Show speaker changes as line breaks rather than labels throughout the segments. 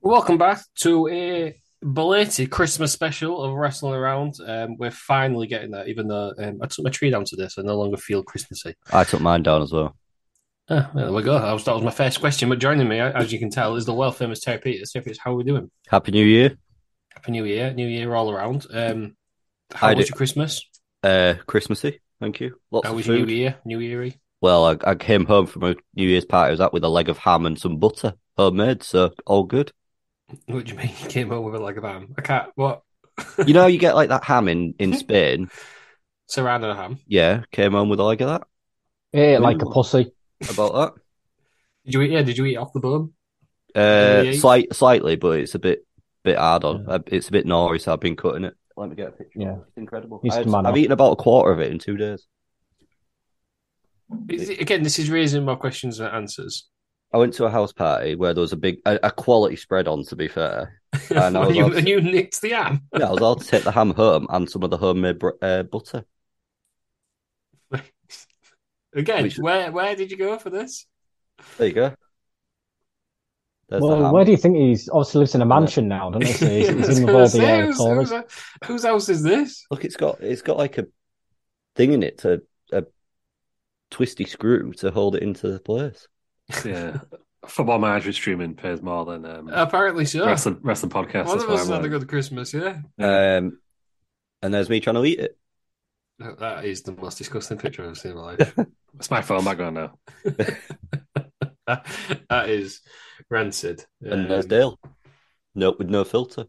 Welcome back to a belated Christmas special of Wrestling Around. Um, we're finally getting there, even though um, I took my tree down today, so I no longer feel Christmassy.
I took mine down as well.
Ah, there we go. That was, that was my first question, but joining me, as you can tell, is the well famous Terry Peters. Terry Peters, how are we doing?
Happy New Year.
Happy New Year, New Year all around. Um, how
I
was
do-
your Christmas?
Uh, Christmassy. Thank you. Lots
How
of
was your
food.
New Year? New Yearry?
Well, I, I came home from a New Year's party. I was out with a leg of ham and some butter, homemade. So all good.
What do you mean? You came home with a leg of ham? I can't. What?
You know, how you get like that ham in in Spain.
Serrano ham.
Yeah, came home with a leg of that.
Yeah, like a pussy.
About
Did you eat? Yeah, did you eat off the bone?
that.
Yeah.
Uh, slight, slightly, but it's a bit bit hard on. Uh, It's a bit gnarly, so I've been cutting it. Let me get a picture.
Yeah.
it's incredible.
Needs
I
to man
have
up.
eaten about a quarter of it in two days.
Is it- Again, this is raising more questions than answers.
I went to a house party where there was a big a, a quality spread on. To be fair, I know,
and, you,
that's-
and you nicked the ham.
yeah, I was allowed to take the ham home and some of the homemade br- uh, butter.
Again,
Which-
where where did you go for this?
There you go. There's the
Well,
ham.
where do you think he's obviously lives in a mansion now, doesn't he? So he's, he's in with all the
Say,
uh,
whose-
tourists.
whose- whose house is this?
Look, it's got it's got like a thing in it to a twisty screw to hold it into the place.
Yeah. Football manager streaming pays more than um,
Apparently so.
wrestling, wrestling podcast.
One
that's
of
why
us
I'm
had a
like-
good Christmas, yeah.
Um, and there's me trying to eat it.
That is the most disgusting picture I've seen in my life.
It's my phone background now.
that is rancid.
And there's
Um,
Dale, no with no filter.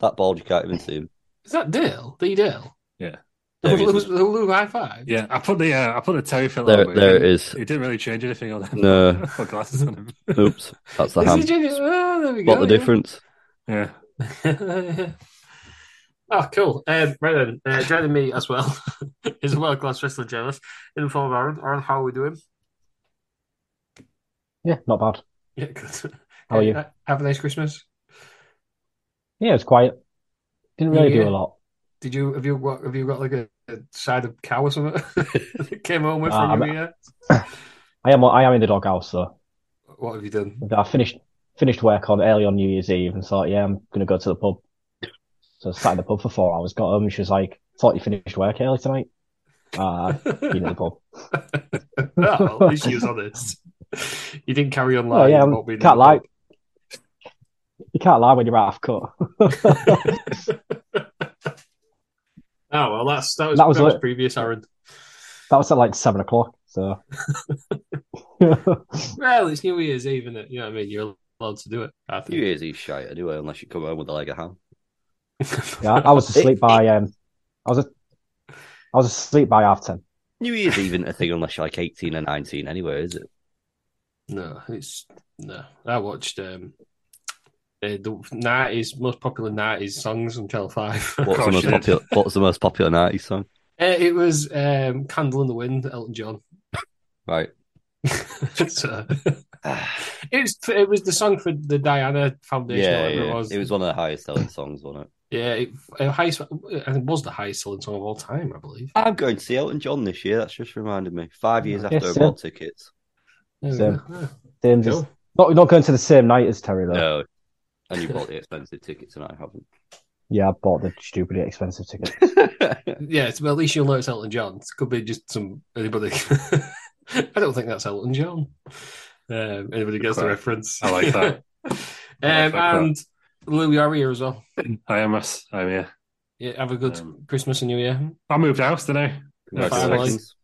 That bald you can't even see him.
Is that Dale? The Dale?
Yeah.
The
There he is.
Lou- the Lou high five?
Yeah, I put the uh, I put the Terry filter.
There,
on, but
there it
didn't-
is.
It didn't really change anything on them.
No.
Put glasses on him.
Oops, that's the
Is
ham.
he genuine? Oh, there we go.
What the
yeah.
difference?
Yeah.
oh, cool. Um, right then, uh, joining me as well is a world class wrestling journalist in the form of Aaron. Aaron, how are we doing?
Yeah, not bad.
Yeah, good.
How are you?
Uh, Have a nice Christmas.
Yeah, it's quiet. Didn't really
Yeah.
do a lot.
Did you have you got have you got like a, a side of cow or something that came home with
Nah,
from
I'm-
you? Yeah.
I am I am in the doghouse though.
What have you done?
I finished finished work on early on New Year's Eve and thought, yeah, I'm gonna go to the pub. So I sat in the pub for four hours, got home, and she was like, Thought you finished work early tonight. Uh been at the pub.
oh, at least you was honest. You didn't carry on lying.
Oh, yeah, I'm-
about being
can't
in the
lie.
pub.
You can't lie when you're half cut.
Oh well, that's that was
That was
that was
it.
previous Aaron.
That was at like seven o'clock, so
Well, it's New Year's Eve, isn't it? You know what I mean. You're allowed to do it. I
New
think.
Year's Eve's shite anyway, unless you come home with a leg of ham.
yeah, I was asleep by um I was a, I was asleep by half ten.
New Year's Eve isn't a thing unless you're like 18 or 19 anyway, is it?
No, it's no. I watched um uh, the nineties most popular nineties songs on Channel Five. uh,
What's the
course
most
you did.
popular? What's the most popular 90s song?
it was um "Candle in the Wind" Elton John.
Right.
so, it's it was the song for the Diana Foundation. or
Yeah,
whatever
yeah.
it was.
It was one of the highest selling songs, wasn't it?
yeah, it, uh, highest. and It was the highest selling song of all time, I believe.
I'm going to see Elton John this year. That's just reminded me. Five years
Yes,
after I
sir.
bought tickets.
There we
So-
go. Yeah,
James is
cool.
Not not going to the same night as Terry though.
No. And you bought the expensive tickets, and I haven't.
Yeah, I bought the stupidly expensive ticket.
Yeah, it's, well, at least you'll know it's Elton John. It could be just some anybody. I don't think that's Elton John. Um, anybody gets the
Quite.
reference?
I like that. I like
um,
that.
and Lou, you are here as well.
I am. us. I'm here.
Yeah, have a good
Um,
Christmas and New Year.
I moved house, didn't I?
Congratulations.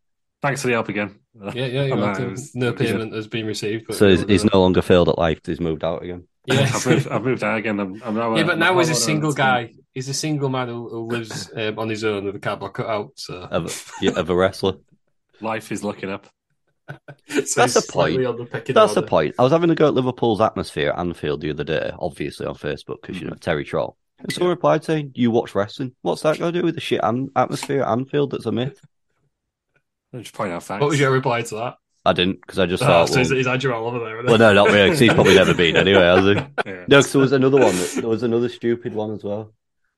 Thanks for the help again.
Yeah, yeah, you're
I'm
welcome.
out.
No
He's a-
payment has been received. But
So he's, he's no longer failed at life. He's moved out again.
Yeah,
I've moved. I've moved out again. I'm, I'm now.
yeah, but
I'm
now he's a
on
single
own.
guy. He's a single man who, who lives um, on his own with a cardboard cutout. So
Of, yeah, of a wrestler.
Life is looking up.
So
That's
he's
the point.
slightly on the pecking
That's the
order.
point. I was having a go at Liverpool's atmosphere at Anfield the other day, obviously on Facebook, because
Mm-hmm.
you know Terry Troll. And someone replied saying, "You watch wrestling? What's that got to do with the shit an- atmosphere at Anfield? That's a myth."
I'm just pointing out facts.
What was your reply to that?
I didn't because I just
Oh,
Ah,
thought,
so he's,
well,
he's Andrew all over there. isn't
well,
he?
no, not really, 'cause he's probably never been anyway, has he?
Yeah.
No, 'cause there was another one. that- There was another stupid one as well.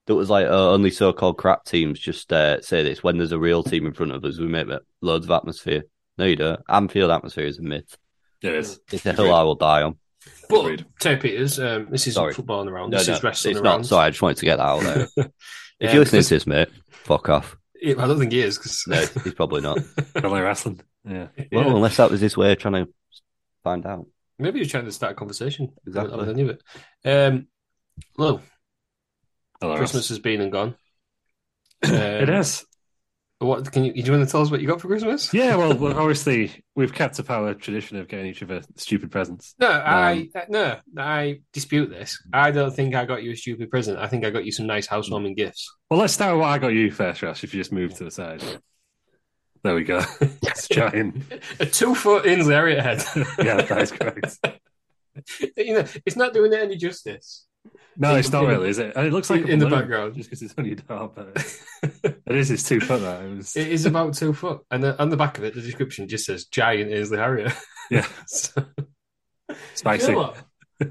That was like uh, only so-called crap teams just uh, say this when there's a real team in front of us. We make loads of atmosphere. No, you don't. Anfield atmosphere is a myth.
It is.
It's a hill I will die on.
But
Agreed.
Terry Peters, um, this is
Sorry.
footballing around.
No,
This
no,
is wrestling
it's
around.
not. Sorry, I just wanted to get that out there. If
Yeah,
you're listening
because-
to this, mate, fuck off.
Yeah, I don't think he is because
No, he's probably not.
Only wrestling. Yeah.
Well, unless that was his way of trying to find out.
maybe he's trying to start a conversation.
Exactly.
I don't know of it. Um,
Oh,
Lou,
Hello,
Christmas
Russ.
has been and gone.
It is.
Um, What can you? Do you want to tell us what you got for Christmas?
Yeah. Well, well, obviously we've kept up our tradition of getting each other stupid presents. Um,
No, I uh, no, I dispute this. I don't think I got you a stupid present. I think I got you some nice housewarming gifts.
Well, let's start with what I got you first, Russ. If you just move to the side. There we go. it's giant.
A two foot Insler area head.
Yeah, that is correct.
you know, it's not doing it any justice.
No,
In
it's
the-
not
in the-
really, is it? And it looks like
in,
a
in the
balloon,
background.
just because it's on your door. But it is. It's two foot. That it was.
It is about two foot, and the, on the back of it, the description just says "giant is the Harrier."
Yeah,
so,
spicy.
You know what?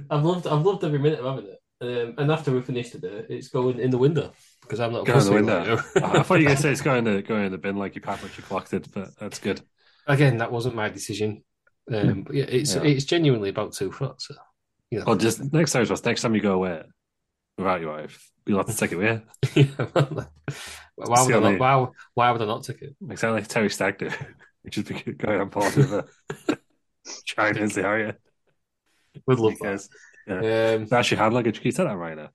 I've loved, I've loved every minute of having it. Um, and after we finish today, it's going in the window because I'm not a
Go in the
pussy
window.
like you.
I thought you were going to say it's going to go in the bin like your pap which you clocked it, but that's good. Hmm.
Again, that wasn't my decision. Um, but yeah, it's
Yeah.
it's genuinely about two foot. So, you know,
Well, Oh, just next time, Ross, next time you go away without your wife, you'll have to take it with you.
Yeah, well, why would I
only-
not? Why, why would I not take it?
Exactly like Terry Stagg did, which is going on board with a China in the area.
Would love that.
Because
Um,
that's your hand luggage. Can you say that right now?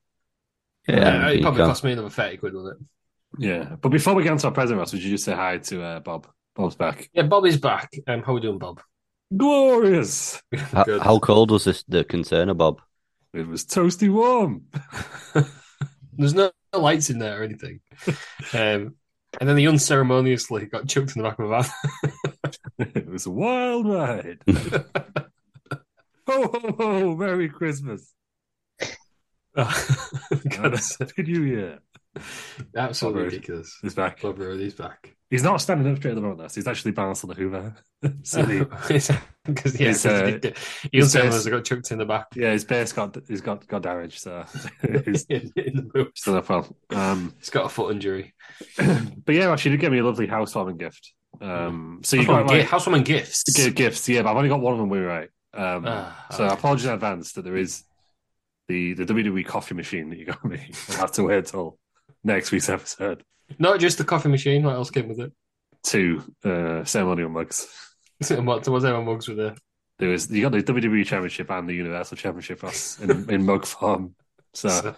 yeah,
you
it probably
can.
cost me another thirty quid, wouldn't it?
Yeah. But before we get into our present, Ross, would you just say hi to uh, Bob? Bob's back.
Yeah, Bob is back. Um, how we doing, Bob?
Glorious.
How,
Good.
how cold was this the container, Bob?
It was toasty warm.
There's no, no lights in there or anything. Um, and then he unceremoniously got chucked in the back of a
it was a wild ride.
van.
Ho, ho, ho. Merry Christmas. Uh,
Oh, God, that's
Happy New Year.
absolutely
Robert.
ridiculous.
He's back.
Bob Road is back.
He's not standing up straight at the moment, though. So he's actually balanced on the Hoover. so he,
Because yeah,
It's,
'cause he
uh,
did get- he was telling
it's-
us I got chucked in the back
yeah, his base got he's got got damaged, so
in,
he's
the moves.
still up well. Um,
He's got a foot injury.
but yeah, actually, you did give me a lovely housewarming gigift. Um, so you got
Housewarming,
like,
gi- housewarming gifts.
g- gifts, yeah, but I've only got one of them. We were right. Um,
Ah,
so I
okay.
apologize in advance that there is the the WWE coffee machine that you got me. I'll have to wait till next week's episode
Not just the coffee machine. What else came with it?
to uh, ceremonial mugs.
And What was there mugs with there?
There was you got the WWE Championship and the Universal Championship Ross, in, in mug form. So,
So,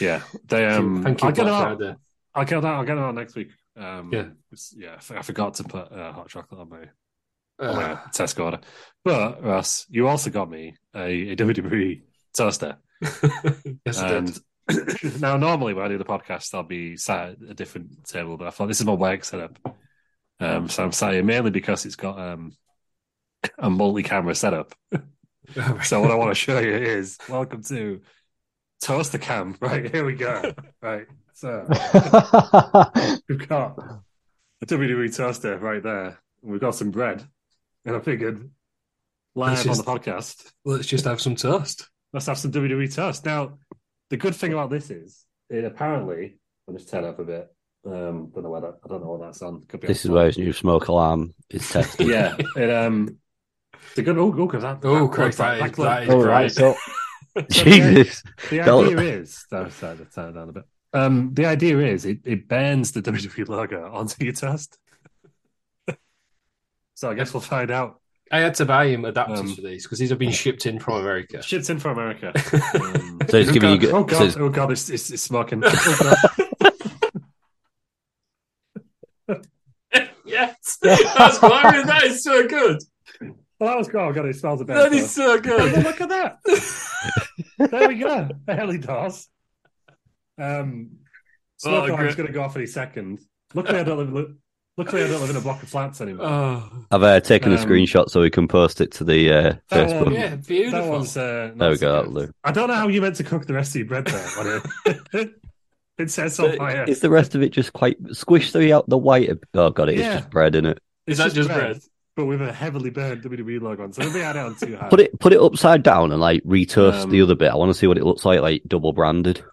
yeah, they um.
thank you,
I'll get
Black
them out.
Friday.
I'll get them out. I'll get them out next week. Um,
uh, Yeah.
it's- yeah. I for- I forgot to put uh, hot chocolate on my, on my
Uh,
Tesco order. But Ross, you also got me a, a WWE toaster.
yes, I did.
And now, normally when I do the podcast, I'll be sat at a different table. But I thought this is my work setup. Um, so I'm sat here mainly because it's got um a multi-camera setup. So what I want to show you is welcome to Toaster Cam. Right, here we go. Right. So we've got a WWE toaster right there. and We've got some bread. And I figured live
This is-
on the podcast,
Let's just have some toast.
let's have some WWE toast. Now, the good thing about this is it apparently I'll just turn up a bit. Um don't know where that I don't know what that's on. Could be
This is
on-
where his new smoke alarm is tested.
Yeah. It um They're good. Oh, because that.
Oh,
that-
Christ, that is- that is
All
great.
right, so
So
Jesus.
The
Don't-
idea is, no, sorry, that's turned down a bit. Um, the idea is it, it burns the WWE logo onto your test. so I guess we'll find out.
I had to buy him adapters
Um,
for these because these have been shipped in from America.
Shit's in for America. Um,
So it's
oh,
giving you
God,
good-
oh
so
god!
it's-
oh god! It's, it's, it's smoking. Oh, Oh,
yes, that's glorious. That is so good.
well, that was good. Oh god! It smells a bit.
That is so
Oh,
good.
look at that. there we go. It really does. Um,
Well,
Snowflake
Oh, great.
going to go off any second. Luckily, I don't live. Look, luckily, I don't live in a block of flats anymore.
Oh,
I've uh, taken a
Um,
screenshot so we can post it to the uh,
that
Facebook.
one-
yeah,
That
beautiful.
one's uh,
There we
not so
go,
good.
Lou.
I don't know how you meant to cook the rest of your bread there. but it, it sets on fire.
Is the rest of it just quite squish through out the white? Oh god, it's
Yeah.
just bread in it.
is
It's
that just bread?
But with a heavily burned WWE logo on, so don't be added on too high.
Put it put it upside down and like retoast
Uh, Um,
the other bit. I want to see what it looks like, like double branded.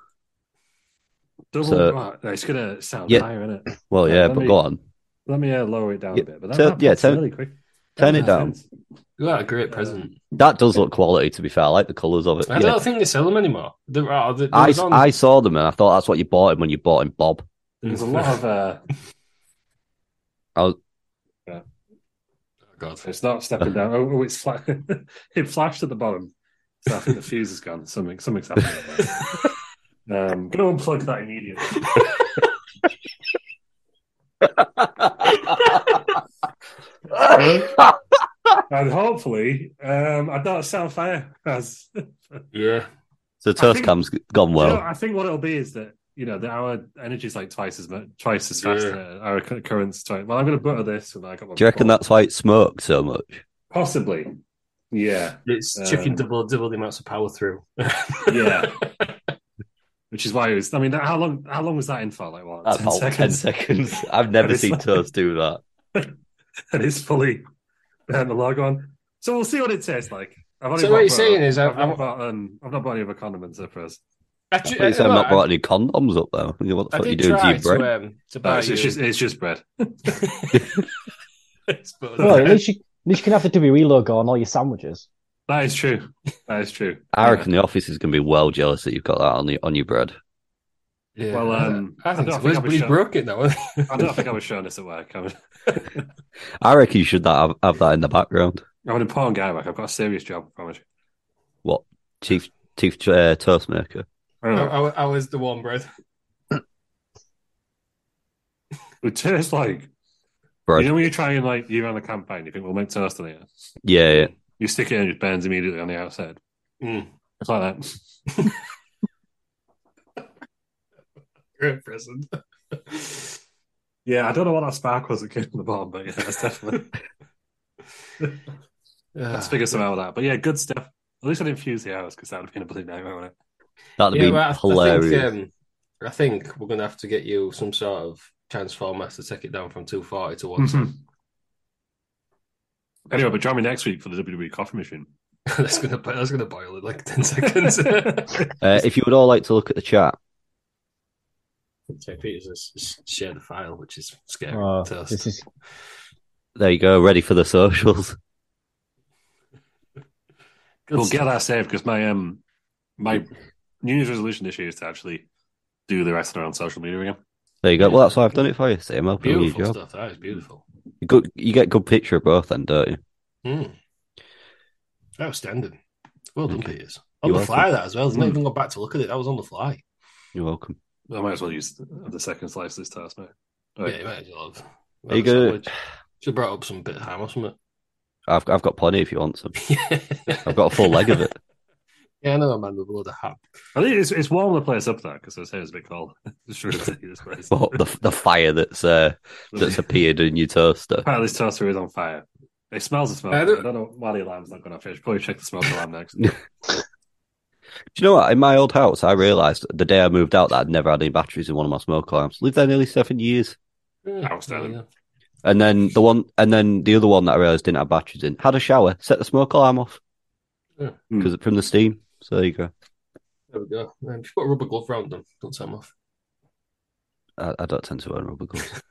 Double,
so-
oh, no, it's gonna sound
Yeah.
higher, isn't it?
Well,
Yeah,
yeah,
let
but
me-
go on,
Let me uh, lower it down
Yeah,
a bit. But that,
turn-
that
yeah,
pops
turn-
really quick.
turn
That
it down.
makes sense.
What a great present.
That does look quality. To be fair, I like the colours of
Uh,
it.
I
Yeah.
don't think they sell them anymore. There are. There
I,
was on-
I saw them and I thought that's what you bought him when you bought him Bob.
There's a lot of. Uh,
I was,
Oh, God.
it's not stepping down. Oh, oh, it's fla- it flashed at the bottom. So I think the fuse is gone. Something, something's happened. um, gonna unplug that immediately. Um, and hopefully, um, I don't sound fire. As you
Yeah.
so
I
toast
think-
cam's gone well.
know, I think what it'll be is that you know that our energy's like twice as much, twice as fast.
Yeah.
uh, Our cu- currents twice. Well, I'm going to butter this. And I got my
Do you reckon that's why it smoked so much?
possibly? Yeah,
It's
Um,
chucking double double the amounts of power through.
Yeah. which is why it was. I mean, how long? How long was that in for? Like what?
That's
10
about
seconds.
ten seconds. I've never
And it's
seen
like-
toast do that.
and it's fully um, the log on. So we'll see what it tastes like. I've only
So
bought
what you're
butter.
saying is I've-
I've,
I've-
not bought, um, I've not bought any other condiments up for us.
But
Actually,
you said
I- uh,
I've not
I-
brought any condoms up though. What the
I
fuck are you
did
doing to
try
your bread?
to, um, to
No,
buy
it's,
you.
it's just it's just bread.
It's but-
well, at least you at least you can have the WWE logo on all your sandwiches.
That is true. That is true. Uh,
I reckon the office is going to be well jealous that you've got that on the on your bread.
Yeah.
Well, um,
I think
I don't think
it's worse,
I'll be
but he's
sure.
broken though.
I don't think I was showing this at work. I'm,
I reckon you should not have, have that in the background.
I'm an important guy. at Work. I've got a serious job. I promise. you.
What chief chief uh, toast maker?
I don't know.
I, I was the one bread.
It tastes like
Bread.
you know when you're trying like you run the campaign. You think we'll make toast on it.
Yeah, yeah.
You stick it in, it burns immediately on the outside.
Mm.
It's like that.
Great present.
Yeah, I don't know what that spark was that came from the bottom, but yeah, that's definitely. Let's figure something out with that. But yeah, good stuff. At least I didn't fuse the hours because that would have been a bloody nightmare, wouldn't it?
That'd be
well, I- I think,
hilarious.
um, I think, we're going to have to get you some sort of transformer to take it down from 240 to
Mm-hmm.
110.
Anyway, but join me next week for the WWE coffee machine.
that's going to that's going to boil in like 10 seconds.
uh, if you would all like to look at the chat,
so Peter says "Just share the file, which is scary.
Oh,
to us.
this is
there you go. Ready for the socials.
Good
we'll
stuff.
get that saved because my um my New Year's resolution this year is to actually do the wrestling on social media again.
There you go. Well, that's why I've done it for you. See, I'm helping you with
beautiful
your job.
stuff. That is beautiful.
You Good, you get a good picture of both, then, don't you?
Mm. Outstanding. Well done,
Okay.
Peters. On
You're
the
welcome. Hmm.
fly, that as well. Didn't even go back to look at it. That was on the fly.
You're welcome.
I might as well use the, the second slice of this task now.
Yeah, you might as well have.
There you go.
Should have brought up some bit of ham or something.
I've I've got plenty if you want some.
I've
I've got a full leg of it.
Yeah, I know a man with a load of ham.
I think it's, it's warming the place up there because I was saying it's a bit cold. It's really sticky, this place.
But the the fire that's uh, that's appeared in your toaster.
Apparently, this toaster is on fire. It smells of smoke.
I
I
don't-
don't, know why the alarm's not going off. I should probably check the smoke alarm next.
Do you know what? In my old house, I realised the day I moved out that I'd never had any batteries in one of my smoke alarms. Lived there nearly seven years,
Yeah,
Outstanding.
there
and then the one, and then the other one that I realised didn't have batteries in had a shower, set the smoke alarm off
Yeah.
because from the steam. So there you go.
we go. Um, just put a rubber glove round them. Don't set them off.
I, I don't tend to own rubber gloves.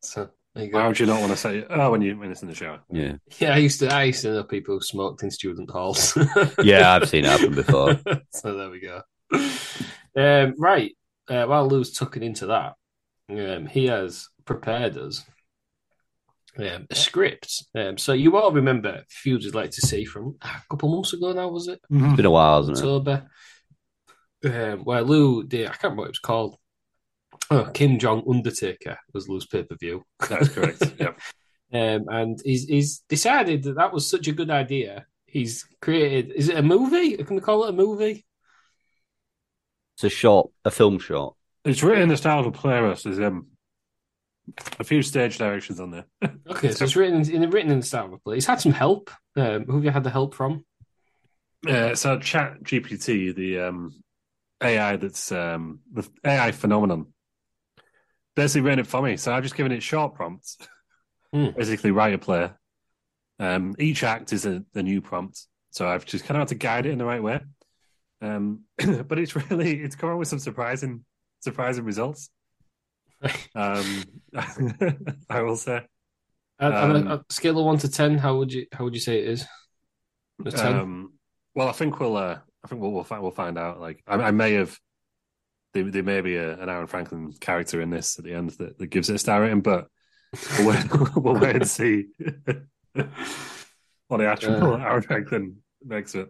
So There you go.
Why would you not want to say? Oh, when you when it's in the shower.
Yeah.
Yeah, I used to I used to know people who smoked in student halls.
Yeah, I've seen it happen before.
so there we go. Um, right, uh, while Lou's tucking into that, um, he has prepared us um, a script. Um, so you all remember Feuds would like to see from a couple months ago now, was it?
Mm-hmm.
It's been a while, hasn't it?
October. Um, where Lou did, I can't remember what it was called. Oh, Kim Jong Undertaker was Lou's pay per view.
That's correct. yeah.
Um, and he's, he's decided that that was such a good idea. He's created, is it a movie? Can we call it a movie?
It's a short, a film short.
It's written as style of playlist. There's um, a few stage directions on there.
Okay, so it's written in written in the style of a play. It's had some help. Um, who have you had the help from?
Uh, so Chat GPT, the um, AI that's um, the AI phenomenon, basically ran it for me. So I've just given it short prompts,
Hmm.
basically write a play. Um, each act is a, a new prompt, so I've just kind of had to guide it in the right way. Um, but it's really it's come up with some surprising surprising results. um, I will say.
On on a,
Um,
a scale of one to ten, how would you how would you say it is? A ten.
Um, well, I think we'll. Uh, I think we'll we'll find, we'll find out. Like, I, I may have. There, there may be a, an Aaron Franklin character in this at the end that, that gives it a star rating, but we'll wait, we'll wait and see what the
Uh.
actual Aaron Franklin makes it.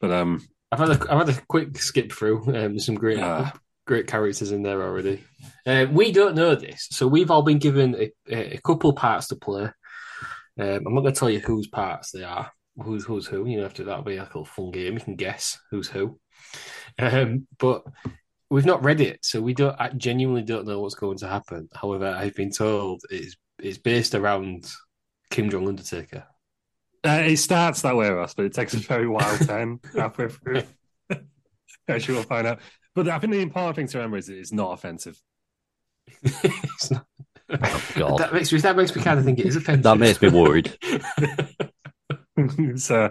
But um,
I've had a, I've had a quick skip through. Um, there's some great
Ah.
great characters in there already. Uh, we don't know this, so we've all been given a, a a couple parts to play. Um, I'm not going to tell you whose parts they are. Who's who's who? You know, after that'll be a little fun game. You can guess who's who. Um, but we've not read it, so we don't. I genuinely don't know what's going to happen. However, I've been told it's it's based around Kim Jong Undertaker.
uh, it starts that way, Ross, but it takes a very wild time halfway through. Actually, we'll find out. But I think the important thing to remember is it's not offensive.
It's not-
Oh, God.
That makes me that makes me kind of think it is offensive.
That makes me worried.
so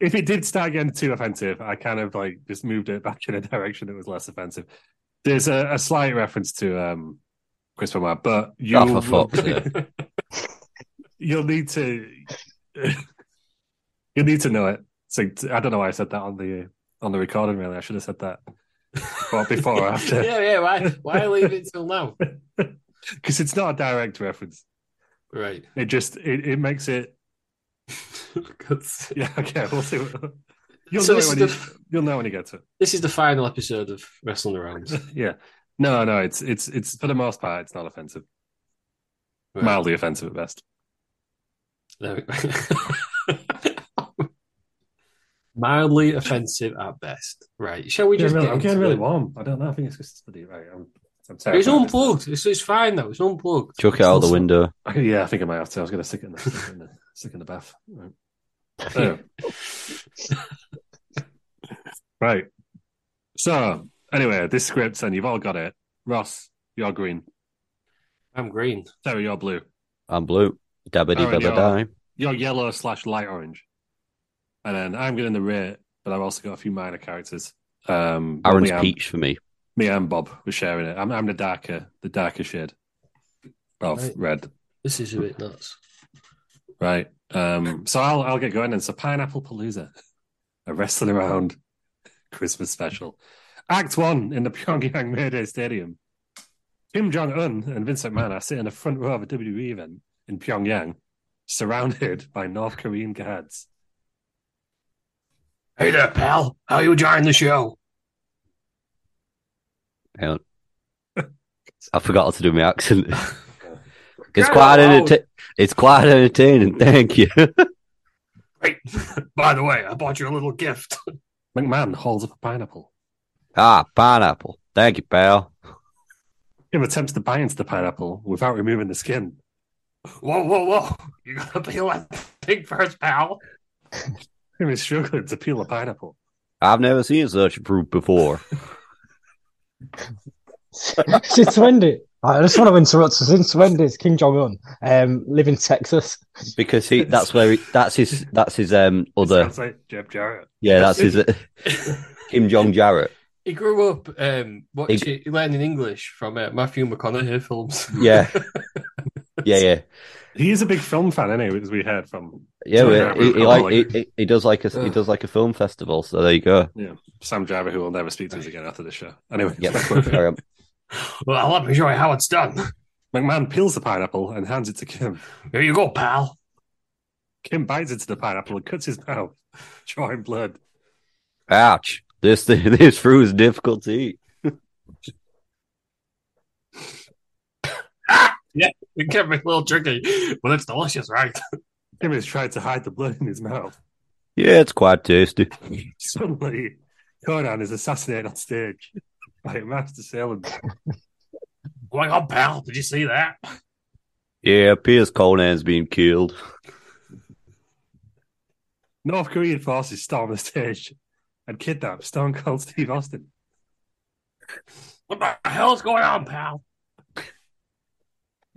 if it did start getting too offensive, I kind of like just moved it back in a direction that was less offensive. There's a, a slight reference to um Chris Benoit, but you
Oh, for fuck's sake.
you'll need to you'll need to know it. So I don't know why I said that on the on the recording. Really, I should have said that before, before or after
yeah, yeah. Why, why leave it till now?
because it's not a direct reference.
Right.
It just it, it makes it
God's-
yeah okay. We'll see. What, you'll
So
know it
this
when
is
you, you'll know when you get to it.
this is the final episode of Wrestling Around.
yeah. No, no, it's it's it's for the most part, it's not offensive.
Right.
Mildly offensive at best.
There we go. Mildly offensive at best. Right. Shall we just get
I'm getting
into
really
it?
warm. I don't know. I think it's just bloody right. I'm, I'm terrified.
It's unplugged. It's, it's fine though. It's unplugged.
Chuck it out the window.
Okay, Oh, yeah, I think I might have to. I was going to stick it in the stick it in the, stick it in the bath. Right. Anyway. right. So anyway, this script, and you've all got it. Ross, you're green.
I'm green.
Terry, you're blue.
I'm blue. Dabbity
Alright,
dabba
yeah.
dime.
Oh, You're yellow slash light orange. And then I'm getting the rate, but I've also got a few minor characters. Um, but
Aaron's
Liam-
peach for me.
me and Bob were sharing it. I'm, I'm the darker, the darker shade of
Right.
red,
This is a bit nuts.
right? Um, so I'll I'll get going. And so Pineapple Palooza, a wrestling around Christmas special, Act One in the Pyongyang Mayday Stadium. Kim Jong Un and Vince McMahon are sitting in the front row of a WWE event in Pyongyang, surrounded by North Korean guards.
Hey there, pal. How you enjoying the show?
Hang on. I forgot how to do my accent. it's
Get
quite
out.
entertaining. It's quite entertaining. Thank you.
Great. By the way, I bought you a little gift.
McMahon holds up a pineapple.
ah, pineapple. Thank you, pal.
Kim attempts to bite into the pineapple without removing the skin.
Whoa, whoa, whoa. You gotta peel that thing first, pal.
Kim is struggling to peel a pineapple.
I've never seen such fruit before.
since when did I just want to interrupt? So since when does Kim Jong Un um, live in Texas?
Because he, that's where he, that's his that's his um other
Sounds like Jeff Jarrett.
yeah that's his uh, Kim Jong Jarrett
He grew up um, watching, learning English from uh, Matthew McConaughey films.
yeah Yeah, yeah,
He is a big film fan, anyway, as we heard from
yeah.
Sorry, I
well, he, he
remember
like
all,
he,
like-
he- he does like a he
Ugh.
does like a film festival. So there you go.
Sam Driver, who will never speak to us again after the show. Anyway,
Yeah, carry on.
Well, let me show you how it's done.
McMahon peels the pineapple and hands it to Kim.
Here you go, pal.
Kim bites into the pineapple and cuts his mouth, drawing blood.
ouch! This this fruit is difficult to eat.
It can be a little tricky, but it's delicious, right?
Kim is trying to hide the blood in his mouth.
Yeah, it's quite tasty.
Suddenly, Conan is assassinated on stage by a master assailant.
Going on, pal. Did you see that?
Yeah, Piers Conan's been killed.
North Korean forces storm the stage and kidnap Stone Cold Steve Austin.
What the hell's going on, pal?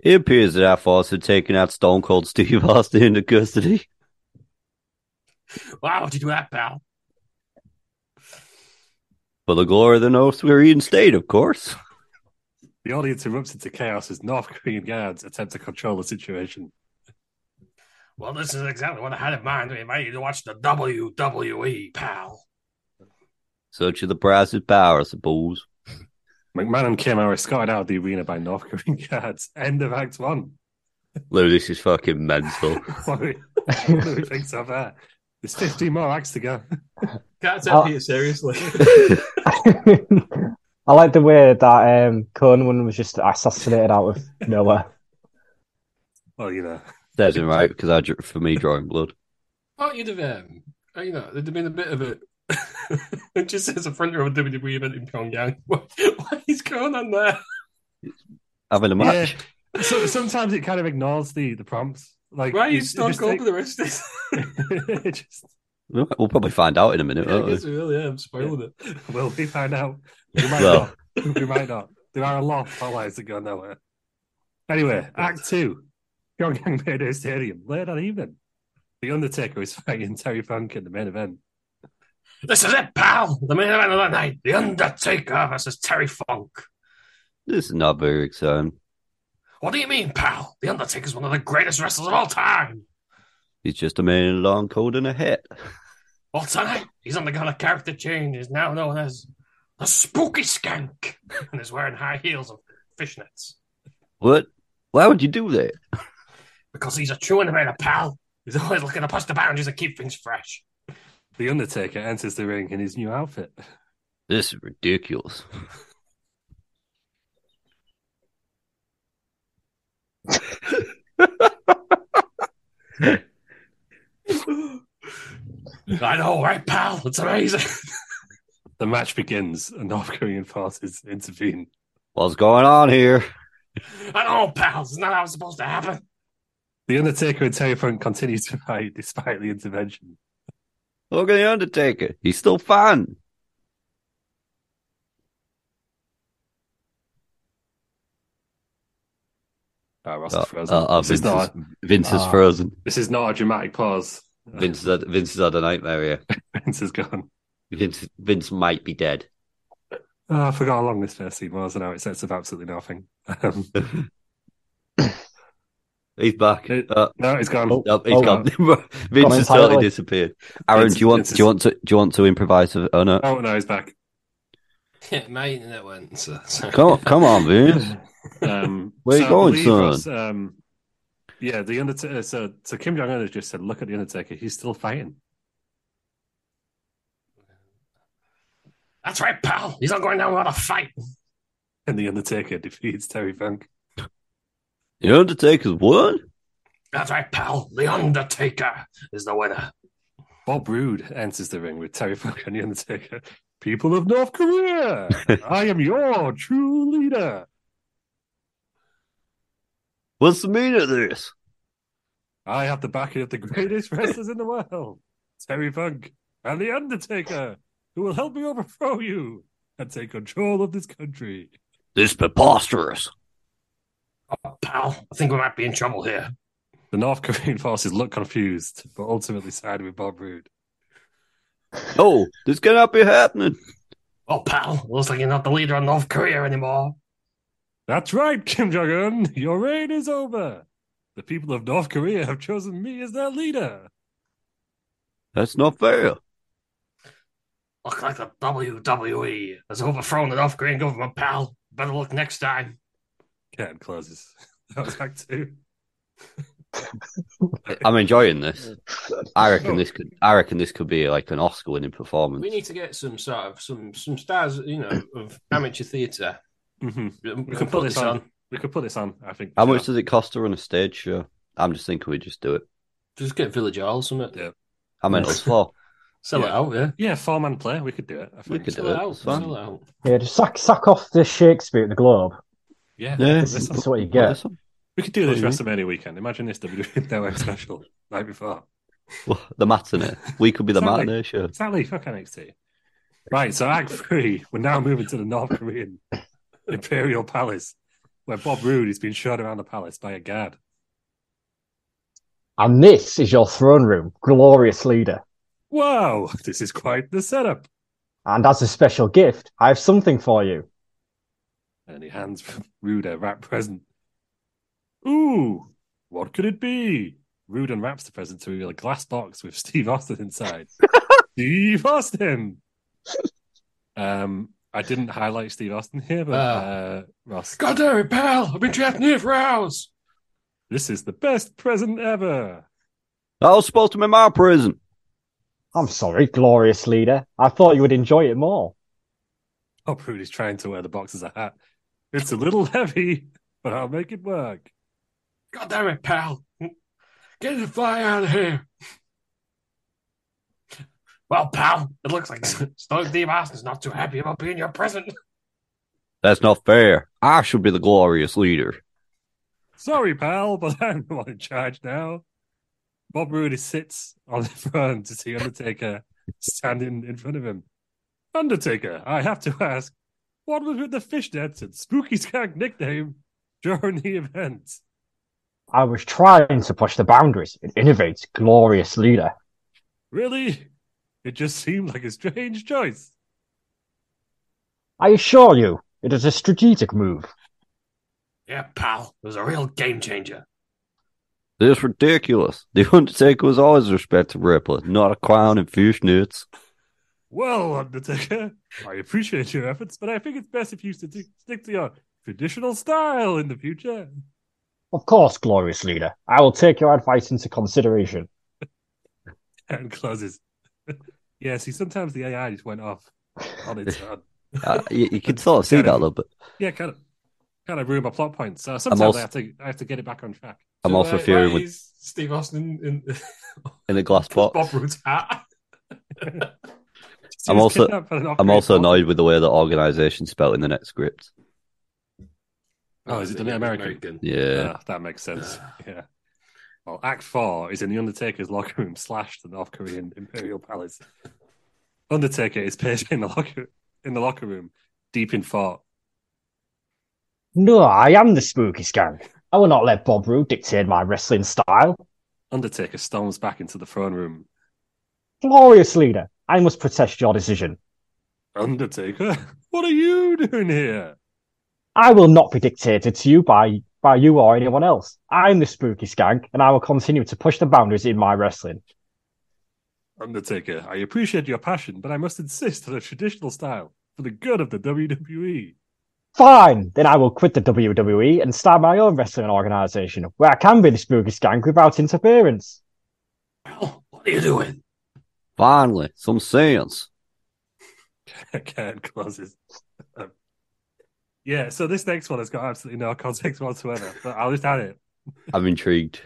It appears that our forces have taken out Stone Cold Steve Austin into custody.
Why would you do that, pal?
For the glory of the North Korean state, of course.
The audience erupts into chaos as North Korean guards attempt to control the situation.
Well, this is exactly what I had in mind when you invited me to watch the WWE, pal.
Such is the price of power, I suppose.
McMahon and Kim are escorted out of the arena by North Korean guards. End of Act One.
Lou, this is fucking mental.
Sorry, what do we think so far? There's 15 more acts to go.
Can't
take Oh.
it seriously.
I like the way that um, Conan was just assassinated out of nowhere.
Well, you know,
That's it, right, because I, dr- for me, drawing blood.
Thought you'd have, um, uh, you know, there'd have been a bit of a. it just says a front row of WWE event in Pyongyang. What, what is going on there?
Having a match.
so, sometimes it kind of ignores the the prompts. Like,
Why are you
it- it
stuck
just
over
take-
the rest of this?
it just,
We'll we'll probably find out in a minute,
yeah, I
won't we?
guess we will, yeah, I'm spoiling it.
well, we find out. We might
Well.
not. We might not. There are a lot of allies that go nowhere. Anyway, Act Two, Pyongyang Mayday Stadium, late that evening. The Undertaker is fighting Terry Funk in the main event.
This is it, pal. The main event of the night: The Undertaker versus Terry Funk.
This is not very exciting.
What do you mean, pal? The Undertaker's one of the greatest wrestlers of all time.
He's just a man in a long coat and a hat.
Well, tonight he's undergone a character change. He's now known as the Spooky Skank, and is wearing high heels and fishnets
What? Why would you do that?
because he's a true innovator, pal. He's always looking to push the boundaries and keep things fresh.
The Undertaker enters the ring in his new outfit.
This is ridiculous.
I know, Oh, right, pal? It's amazing.
The match begins, and North Korean forces intervene.
What's going on here?
I know, pal. It's not how it's supposed to happen.
The Undertaker and Terry Funk continue to fight despite the intervention.
Look at the Undertaker. He's still fine.
Oh, Ross
Uh,
is frozen.
uh, uh,
this, is
Vince, is,
not,
Vince is
Ah.
frozen.
this is not a dramatic pause.
Vince, had, Vince has had a nightmare here.
Vince is gone.
Vince, Vince might be dead.
Oh, I forgot how long this first scene was, and now it sets up absolutely nothing. Um,
He's back.
It-
Uh,
no, it's gone.
Oh.
nope, he's gone. Vince has
entirely.
totally disappeared. Aaron,
Vince-
do you want
Vince
do you want to do you want to improvise? a- Oh no!
Oh, no, he's back.
Yeah, mate, that went. So, sorry.
Come on, come on, Vince.
Um,
Where you
I
going,
believe
son?
was, um, yeah, the Undertaker. So, so Kim Jong Un has just said, "Look at the Undertaker. He's still fighting."
That's right, pal. He's not going down without a fight.
And the Undertaker defeats Terry Funk.
The Undertaker's what?
That's right, pal. The Undertaker is the winner.
Bob Roode enters the ring with Terry Funk and The Undertaker. People of North Korea, I am your true leader.
What's the meaning of this?
I have the backing of the greatest wrestlers in the world, Terry Funk and The Undertaker, who will help me overthrow you and take control of this country.
This is preposterous.
Oh, pal, I think we might be in trouble here.
The North Korean forces look confused, but ultimately side with Bob Roode.
No, Oh, this cannot be happening.
Oh, pal, looks like you're not the leader of North Korea anymore.
That's right, Kim Jong Un, your reign is over. The people of North Korea have chosen me as their leader.
That's not fair.
Look like the WWE has overthrown the North Korean government, pal. Better look next time.
Curtain closes. That was act two.
I'm enjoying this. I reckon this could. I reckon this could be like an Oscar-winning performance.
We need to get some sort of some some stars, you know, of amateur theatre.
hmm
We can put this on.
We could put this on. I think.
How much does it cost to run a stage show? I'm just thinking we just do it.
Just get Village Hall or something.
Yeah.
I meant us four.
Sell it
Yeah.
out, yeah.
Yeah, four man play. We could do it. I think.
could do
Sell
it,
it out.
it's fine.
Sell it out.
Yeah, just sack sack off the Shakespeare at the Globe.
Yeah,
Yeah.
this
That's
is-
what you get.
This one?
we could do this
Oh, yeah.
WrestleMania weekend. Imagine this WWE Network special night before.
Well, The matinee. We could be the
Exactly.
matinee show.
Exactly. Fuck NXT. Right. So Act Three. We're now moving to the North Korean Imperial Palace, where Bob Roode is being shot around the palace by a guard.
And this is your throne room, glorious leader.
Wow, this is quite the setup.
And as a special gift, I have something for you.
And he hands Rude a wrap present. Ooh, what could it be? Rude unwraps the present to reveal a glass box with Steve Austin inside. Steve Austin. Um, I didn't highlight Steve Austin here, but uh, Ross,
Ah. God damn it, pal! I've been trapped here for hours.
this is the best present ever.
That was supposed to be my present.
I'm sorry, glorious leader. I thought you would enjoy it more.
Bob Rude Oh, is trying to wear the box as a hat. It's a little heavy, but I'll make it work.
God damn it, pal! Get the fly out of here. Well, pal, it looks like Stone Steve Austin's not too happy about being your present.
That's not fair. I should be the glorious leader.
Sorry, pal, but I'm the one in charge now. Bob Roode sits on the throne to see Undertaker standing in front of him. Undertaker, I have to ask, what was with the fish nets and Spooky Skag nickname during the event?
I was trying to push the boundaries and innovate, glorious leader.
Really? It just seemed like a strange choice.
I assure you, it is a strategic move.
Yeah, pal, it was a real game changer.
This ridiculous. The Undertaker was always a respected wrestler, not a clown in fishnets.
Well, Undertaker, I appreciate your efforts, but I think it's best if you sti- stick to your traditional style in the future.
Of course, glorious leader. I will take your advice into consideration.
and closes. yeah, see, sometimes the AI just went off on its own.
Uh, you, you can sort of see that a little bit.
Yeah, kind of, kind of ruined my plot points. So sometimes
also-
I have to, I have to get it back on track.
I'm
So,
also
uh,
fearing
why
with
is Steve Austin in
in a glass
Bob
box.
Root's hat.
I'm
He was
also-
kidnapped by an
I'm
Austrian
also
mob.
annoyed with the way that organisation spelled in the next script.
Oh, is it done in American?
Yeah.
Ah, that makes sense. Yeah. Well, Act Four is in the Undertaker's locker room slash the North Korean Imperial Palace. Undertaker is paged in the locker in the locker room, deep in thought.
No, I am the spooky skank. I will not let Bob Roode dictate my wrestling style.
Undertaker storms back into the throne room.
Glorious leader, I must protest your decision.
Undertaker, what are you doing here?
I will not be dictated to you by, by you or anyone else. I'm the spooky skank, and I will continue to push the boundaries in my wrestling.
Undertaker, I appreciate your passion, but I must insist on a traditional style for the good of the E. WWE.
Fine, then I will quit the WWE and start my own wrestling organization where I can be the spooky skank without interference.
Well, what are you doing?
Finally, some sense.
Karen closes. Um, yeah, so this next one has got absolutely no context whatsoever, but I'll just add it.
I'm intrigued.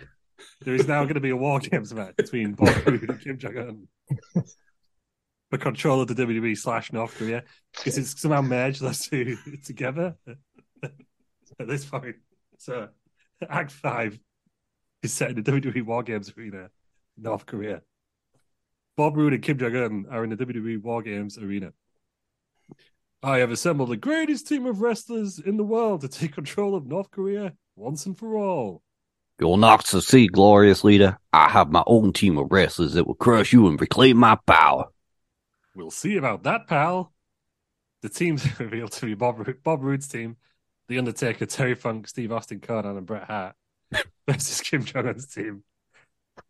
There is now going to be a War Games match between Bob Roode and Kim Jong Un. The control of the WWE E slash North Korea, because it's somehow merged those two together at this point. So, Act 5 is set in the WWE War Games arena, North Korea. Bob Roode and Kim Jong Un are in the WWE War Games arena. I have assembled the greatest team of wrestlers in the world to take control of North Korea once and for all.
You'll not succeed, glorious leader. I have my own team of wrestlers that will crush you and reclaim my power.
We'll see about that, pal. The teams are revealed to be Bob, Ro- Bob Roode's team, The Undertaker, Terry Funk, Steve Austin, Conan, and Bret Hart. versus Kim Jong Un's team.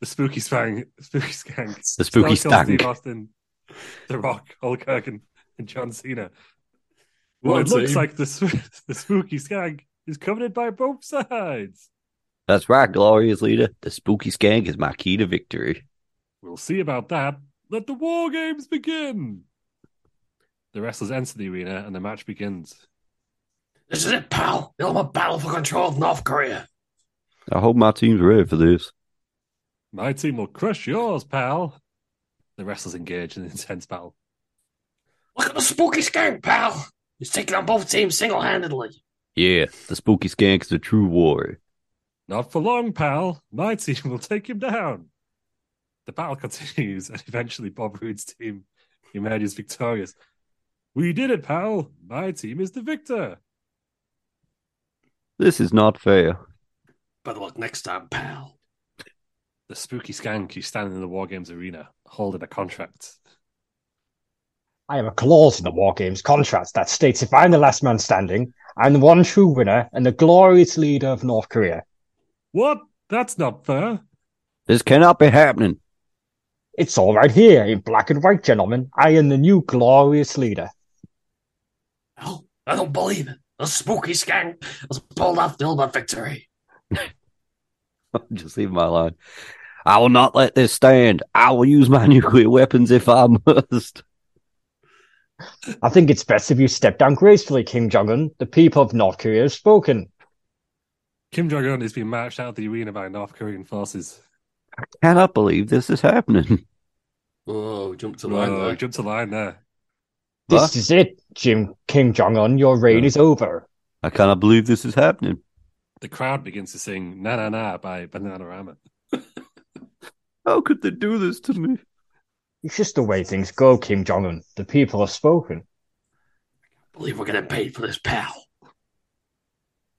The spooky spang, spooky skank,
The spooky
Stone Cold
stank.
Steve Austin, The Rock, Hulk Hogan, and John Cena.
What
Well,
a
it looks
team.
like the sp- the spooky skank is coveted by both sides.
That's right, glorious leader. The spooky skank is my key to victory.
We'll see about that. Let the war games begin. The wrestlers enter the arena and the match begins.
This is it, pal. You're my battle for control of North Korea.
I hope my team's ready for this.
My team will crush yours, pal. The wrestlers engage in an intense battle.
Look at the spooky skank, pal. He's taking on both teams single handedly.
Yeah, the spooky skank is a true warrior.
Not for long, pal. My team will take him down. The battle continues, and eventually Bob Rood's team emerges victorious. We did it, pal. My team is the victor.
This is not fair.
Better luck next time, pal.
The spooky skank who's standing in the War Games arena, holding a contract.
I have a clause in the War Games contract that states if I'm the last man standing, I'm the one true winner and the glorious leader of North Korea.
What? That's not fair.
This cannot be happening.
It's all right here in black and white, gentlemen. I am the new glorious leader.
No, I don't believe it. The spooky skank has pulled off the Dilbert victory.
Just leave my line. I will not let this stand. I will use my nuclear weapons if I must.
I think it's best if you step down gracefully, Kim Jong Un. The people of North Korea have spoken.
Kim Jong un is being marched out of the arena by North Korean forces.
Cannot believe this is happening.
Oh, jump to line
Whoa,
there.
jump to line there.
This
What?
is it, Jim Kim Jong Un. Your reign
Yeah.
is over.
I cannot believe this is happening.
The crowd begins to sing Na Na Na by Bananarama.
How could they do this to me?
It's just the way things go, Kim Jong Un. The people have spoken.
believe we're getting paid for this, pal.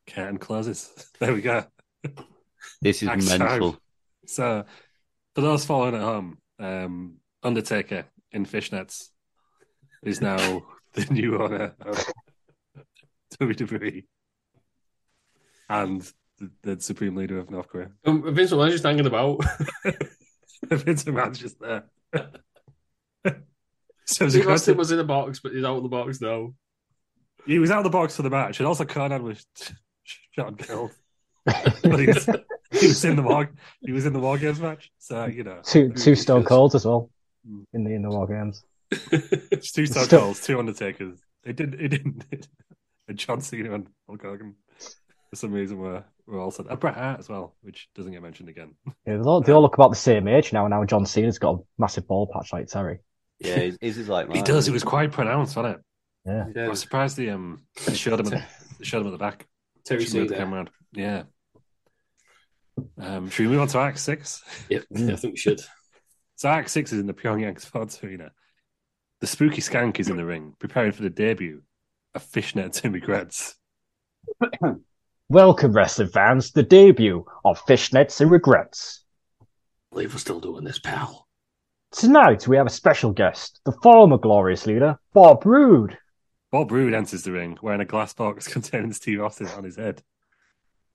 Curtain closes. There we go.
This is
Axe
mental.
out. So, for those following at home, um, Undertaker in fishnets is now the new owner of WWE and the, the supreme leader of North Korea.
Um, Vince McMahon's just hanging about.
Vince McMahon's just there. so
Steve
he, was
Austin was in the box, but he's out of the box now.
he was out of the box for the match, and also Conan was shot and killed. but he was, he was in the war. He was in the war games match, so you know
Two two Stone
Ridiculous.
Colds as well in the in the War Games.
It's two Stone
Still-
Colds, two Undertakers. It didn't. It didn't. and John Cena and Hulk Hogan, for some reason, were were also and Bret Hart as well, which doesn't get mentioned again.
Yeah, they, all, they all look about the same age now. Now John Cena's got a massive ball patch like Terry.
Yeah, his, his is like mine.
He does. It was quite pronounced, wasn't it?
Yeah.
I was surprised they um they showed him. At, they showed him at the back.
Terry
Should move the
Cena.
camera around. Yeah. Um, should we move on to Act Six?
Yep, yeah, I think we should.
So Act Six is in the Pyongyang Sports Arena. The spooky skank is in the ring, preparing for the debut of Fishnet Timmy Gretz.
Welcome, wrestling fans, the debut of Fishnets and Regrets.
believe we're still doing this, pal.
Tonight we have a special guest, the former glorious leader, Bob Roode.
Bob Roode enters the ring wearing a glass box containing Steve Austin on his head.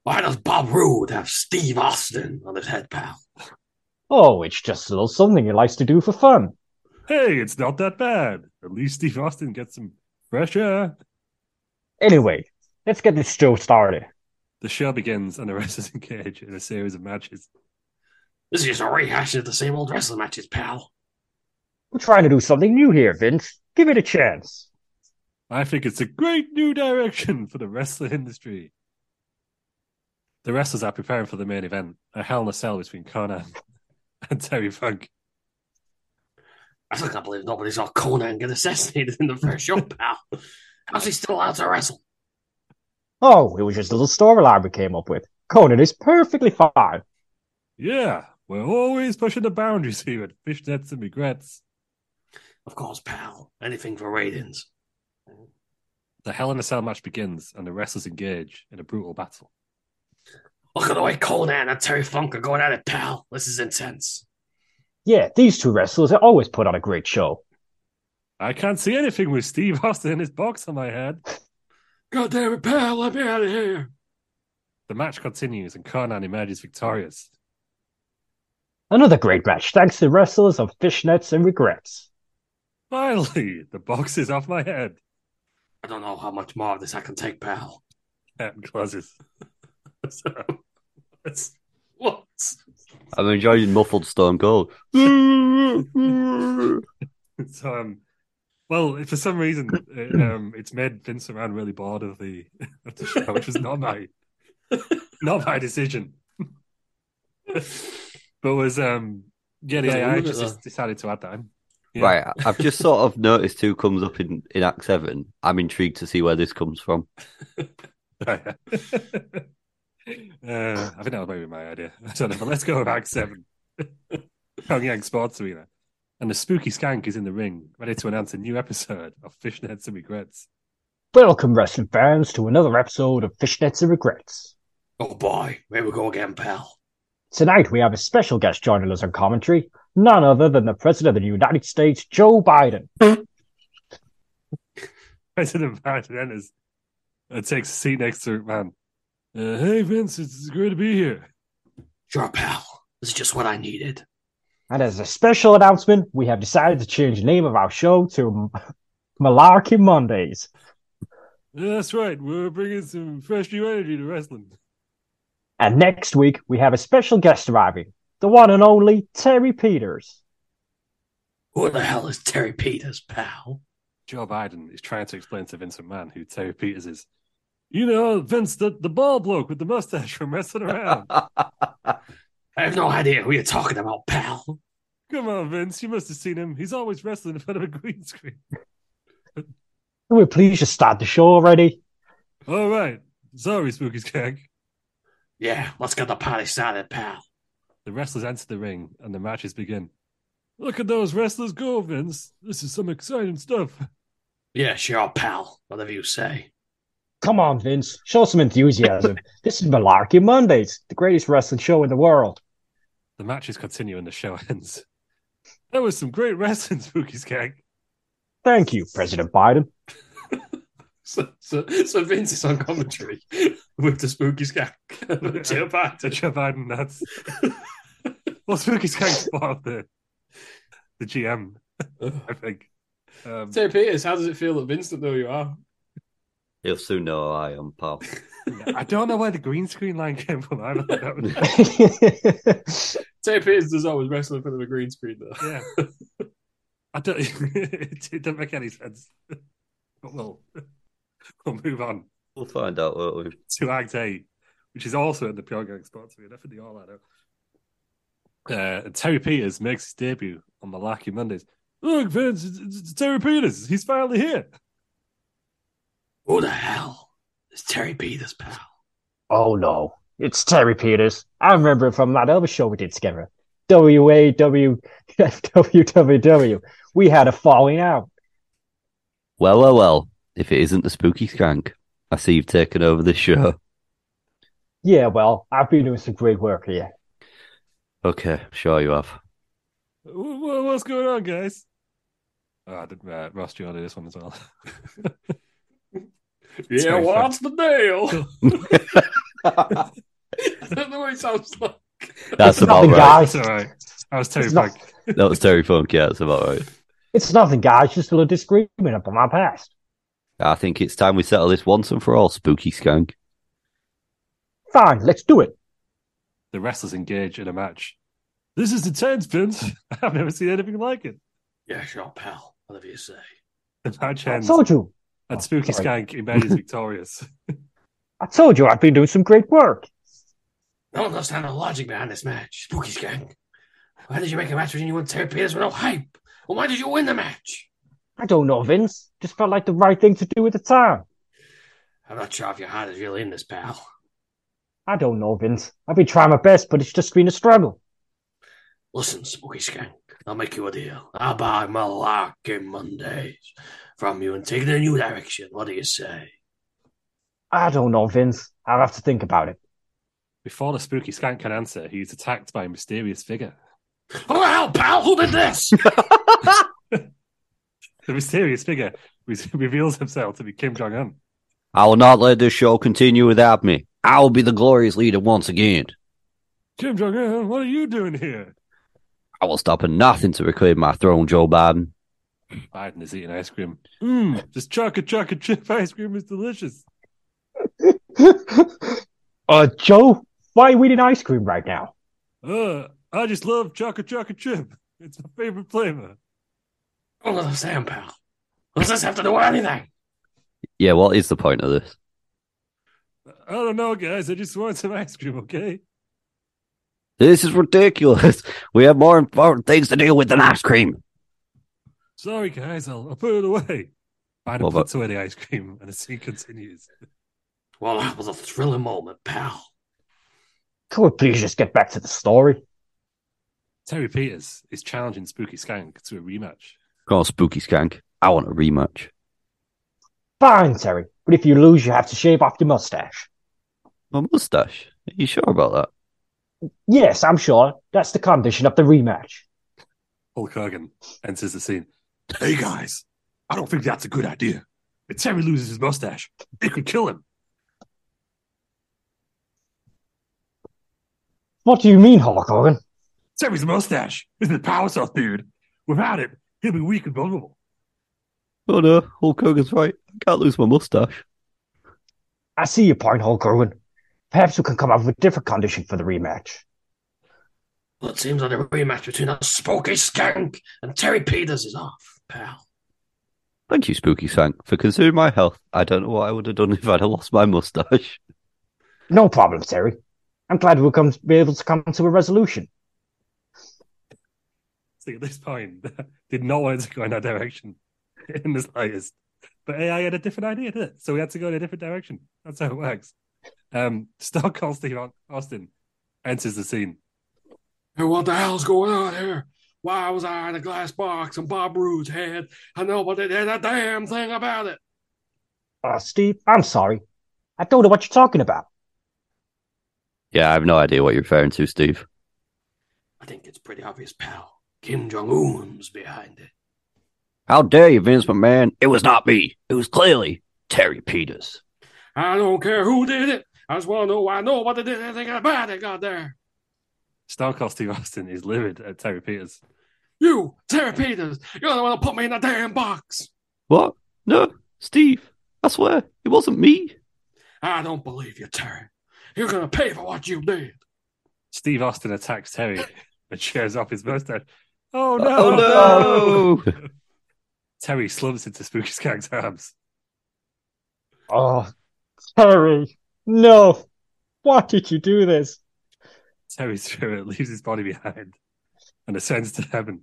Why does Bob Roode have Steve Austin on his head, pal?
Oh, it's just a little something he likes to do for fun.
Hey, it's not that bad. At least Steve Austin gets some fresh air.
Anyway, let's get this show started.
The show begins and the wrestlers engage in a series of matches.
This is just a rehashing of the same old wrestling matches, pal.
We're trying to do something new here, Vince. Give it a chance.
I think it's a great new direction for the wrestling industry. The wrestlers are preparing for the main event, a hell in a cell between Conan and Terry Funk.
I still can't believe nobody saw Conan get assassinated in the first show, pal. How's he still allowed to wrestle?
Oh, it was just a little storyline we came up with. Conan is perfectly fine.
Yeah, we're always pushing the boundaries here at Fishnets and Regrets.
Of course, pal. Anything for ratings.
The Hell in a Cell match begins and the wrestlers engage in a brutal battle.
Look at the way Conan and Terry Funk are going at it, pal. This is intense.
Yeah, these two wrestlers are always put on a great show.
I can't see anything with Steve Austin in his box on my head.
God damn it, pal. Let me out of here.
The match continues and Conan emerges victorious.
Another great match, thanks to wrestlers of fishnets and regrets.
Finally, the box is off my head. I don't know how much more of this I can take, pal. And closes. so, it's- what?
I'm enjoying muffled Stone Cold.
So, um, well, for some reason, it, um, it's made Vince McMahon really bored of the, of the show, which was not my, not my decision. but was um, yeah,
Yeah,
the AI
look at
just
that.
decided to add that in. Yeah.
Right, I- I've just sort of noticed who comes up in, in Act 7. I'm intrigued to see where this comes from.
uh, I Uh, think that was maybe my idea. I don't know, but let's go with Act 7. Pyongyang Sports Arena. And the spooky skank is in the ring, ready to announce a new episode of Fishnets and Regrets.
Welcome, wrestling fans, to another episode of Fishnets and Regrets.
Oh boy, here we go again, pal.
Tonight, we have a special guest joining us on commentary, none other than the President of the United States, Joe Biden.
President Biden enters and takes a seat next to McMahon. Uh, hey, Vince, it's great to be here.
Sure, pal. This is just what I needed.
And as a special announcement, we have decided to change the name of our show to M- Malarkey Mondays.
Yeah, that's right. We're bringing some fresh new energy to wrestling.
And next week, we have a special guest arriving, the one and only Terry Peters.
Who the hell is Terry Peters, pal?
Joe Biden is trying to explain to Vincent Mann who Terry Peters is. You know, Vince, the, the ball bloke with the mustache from messing around.
I have no idea who you're talking about, pal.
Come on, Vince, you must have seen him. He's always wrestling in front of a green screen.
Can we please just start the show already?
All right. Sorry, Spooky Skag.
Yeah, let's get the party started, pal.
The wrestlers enter the ring and the matches begin. Look at those wrestlers go, Vince. This is some exciting stuff.
Yeah, sure, pal. Whatever you say.
Come on, Vince, show some enthusiasm. this is Malarkey Mondays, the greatest wrestling show in the world.
The matches continue and the show ends. That was some great wrestling, Spooky Skag.
Thank you, President Biden.
So, so, so Vince is on commentary with the spooky skank.
To
Joe Biden.
Joe Biden, that's well, Spooky Skag's part of the the GM, I think. Um,
Terry Peters, how does it feel that Vince doesn't know who you are?
He'll soon know who I am, pal.
I don't know where the green screen line came from. I don't know.
Terry Peters does always wrestle in front of a green screen, though.
Yeah. I don't. it, it doesn't make any sense. But we'll we'll move on
We'll find out, won't we?
to Act Eight, which is also in the Pyongyang Sports Arena for the All Out. Uh, and Terry Peters makes his debut on Malarkey Mondays. Look, Vince, it's, it's- it's Terry Peters. He's finally here.
Who the hell is Terry Peters, pal?
oh no, it's Terry Peters. I remember him from that other show we did together. W-A-W-F-W-W-W. We had a falling out.
Well, well, well. If it isn't the spooky skank, I see you've taken over the show.
Yeah, well, I've been doing some great work here.
Okay, sure you have.
Wh- wh- What's going on, guys? Oh, I did, uh, Ross Jordan this one as well.
Yeah,
Terry
what's the deal?
That's
I don't know what it sounds like.
about
nothing,
right.
That's all right. I was Terry
It's not-
Funk.
That was Terry Funk, yeah, that's about right.
It's nothing, guys. Just a little disagreement about my past.
I think it's time we settle this once and for all, spooky skank.
Fine, let's do it.
the wrestlers engage in a match. This is intense, Vince. I've never seen anything like it.
Yeah, sure, pal. Whatever you say.
The match
I
ends,
told you.
and Spooky
sorry.
Skank emerges victorious.
I told you I've been doing some great work.
I don't understand the logic behind this match. Spooky Skank. Why did you make a match between you and Terry Peters with no hype? Well, why did you win the match?
I don't know, Vince. Just felt like the right thing to do at the time.
I'm not sure if your heart is really in this, pal.
I don't know, Vince. I've been trying my best, but it's just been a struggle.
Listen, Spooky Skank, I'll make you a deal. I'll buy Malarkey Mondays from you and take it in a new direction. What do you say?
I don't know, Vince. I'll have to think about it.
Before the Spooky Skank can answer, he's attacked by a mysterious figure.
Who the hell, pal? Who did this?
The mysterious figure re- reveals himself to be Kim Jong Un.
I will not let this show continue without me. I'll be the glorious leader once again.
Kim Jong Un, what are you doing here?
I will stop at nothing to reclaim my throne, Joe Biden.
Biden is eating ice cream. Mmm, this chocolate chocolate chip ice cream is delicious.
uh, Joe, why are we eating ice cream right now?
Uh, I just love chocolate chocolate chip. It's my favorite flavor.
All of Sam, pal. What does this have to do with anything?
Yeah, what is the point of this?
I don't know, guys. I just want some ice cream, okay?
This is ridiculous. We have more important things to deal with than ice cream.
Sorry, guys. I'll, I'll put it away. Biden
Well, but-
puts away the ice cream, and the scene continues.
Well, that was a thrilling moment, pal.
Can we please just get back to the story?
Terry Peters is challenging Spooky Skank to a rematch.
Come on, spooky skank. I want a rematch.
Fine, Terry, but if you lose, you have to shave off your mustache.
My mustache. Are you sure about that?
Yes, I'm sure. That's the condition of the rematch.
Hulk Hogan enters the scene. Hey, guys. I don't think that's a good idea. If Terry loses his mustache, it could kill him.
What do you mean, Hulk Hogan?
Terry's mustache is the power source, dude. Without it, he'll be weak and vulnerable.
Oh no, Hulk Hogan's right. I can't lose my mustache.
I see your point, Hulk Hogan. Perhaps we can come up with a different condition for the rematch.
Well, it seems like the rematch between that spooky skank and Terry Peters is off, pal.
Thank you, spooky skank, for considering my health. I don't know what I would have done if I'd have lost my mustache.
No problem, Terry. I'm glad we'll come be able to come to a resolution.
See, at this point, did not want it to go in that direction in the slightest. But AI had a different idea, did it? So we had to go in a different direction. That's how it works. Um, Star Cold Steve Austin enters the scene.
Hey, what the hell's going on here? Why was I in a glass box and Bob Roode's head and nobody did a damn thing about it?
Uh, Steve, I'm sorry. I don't know what you're talking about.
Yeah, I have no idea what you're referring to, Steve.
I think it's pretty obvious, pal. Kim Jong Un's behind it.
How dare you, Vince McMahon? It was not me. It was clearly Terry Peters.
I don't care who did it. I just want to know why nobody did anything about it, goddamn.
Star Cold Steve Austin is livid at Terry Peters.
You, Terry Peters, you're the one who put me in that damn box.
What? No, Steve. I swear, it wasn't me.
I don't believe you, Terry. You're going to pay for what you did.
Steve Austin attacks Terry and shares off his mustache. Oh no!
Oh, no.
Terry slumps into Spooky Skag's arms.
Oh, Terry, no. Why did you do this?
Terry's spirit leaves his body behind and ascends to heaven.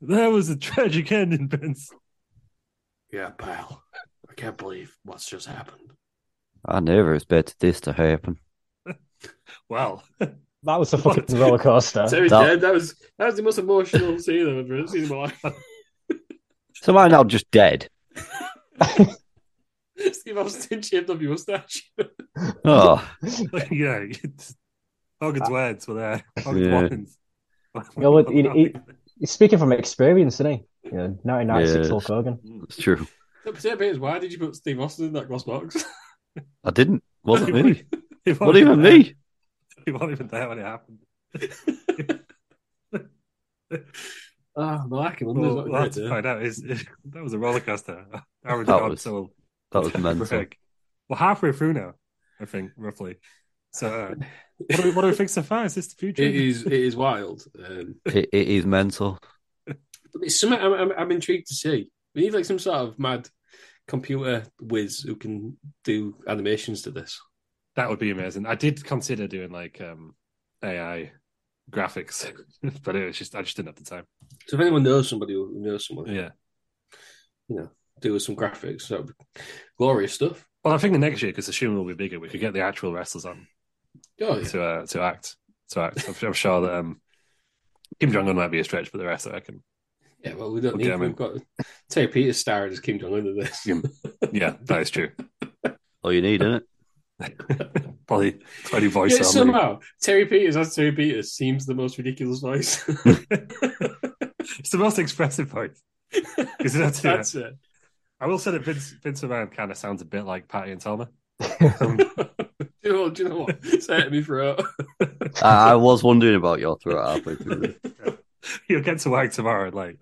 There was a tragic ending, Vince.
Yeah, pal. I can't believe what's just happened.
I never expected this to happen.
Well,
That was a fucking roller coaster.
Terry's
That-
dead. That was that was the most emotional scene I've ever seen in my life.
So am I now just dead?
Steve Austin shaved off your mustache.
Oh,
yeah, it's- Hogan's words were there.
Yeah.
Hogan's warnings.
You know what, it- it- He's speaking from experience, isn't he? You know, 1996
Yes.
Hulk Hogan.
it's true.
Terry Peters, why did you put Steve Austin in that glass box?
I didn't. Wasn't me.
It
Not even
there.
me.
It wasn't even there when it happened.
Ah, oh, Black and
Well, we'll have to find out. It's- it- that was a roller coaster. Aaron
That
Dodd
was-
sold
That was
Jack
mental.
Bragg. We're halfway through now, I think, roughly. So, uh, what, do we, what do we think so far? Is this the future?
It is it is wild. Um,
It, it is mental.
but it's something I'm, I'm I'm intrigued to see. We need like some sort of mad computer whiz who can do animations to this.
That would be amazing. I did consider doing like um AI graphics, but it was just I just didn't have the time.
So if anyone knows somebody who knows someone,
Yeah.
do with some graphics, that would be glorious stuff.
Well, I think the next year, because the shooting will be bigger, we could get the actual wrestlers on
Oh, yeah.
to uh, to act to act. I'm, I'm sure that um, Kim Jong Un might be a stretch, but the rest I reckon.
yeah, well, we don't
Okay,
need.
I mean-
We've got Terry Peters starring as Kim Jong Un in this.
Yeah. Yeah, that is true.
All you need, innit?
Probably twenty voice
Yeah, somehow Terry Peters as Terry Peters seems the most ridiculous voice.
It's the most expressive voice. Is it up to
That's it.
I will say that Vince Vince McMahon kind of sounds a bit like Patty and Um, Selma.
do, you know, do you know what? It's hurting me throat.
I, I was wondering about your throat halfway through. this.
You'll get to work tomorrow, and like,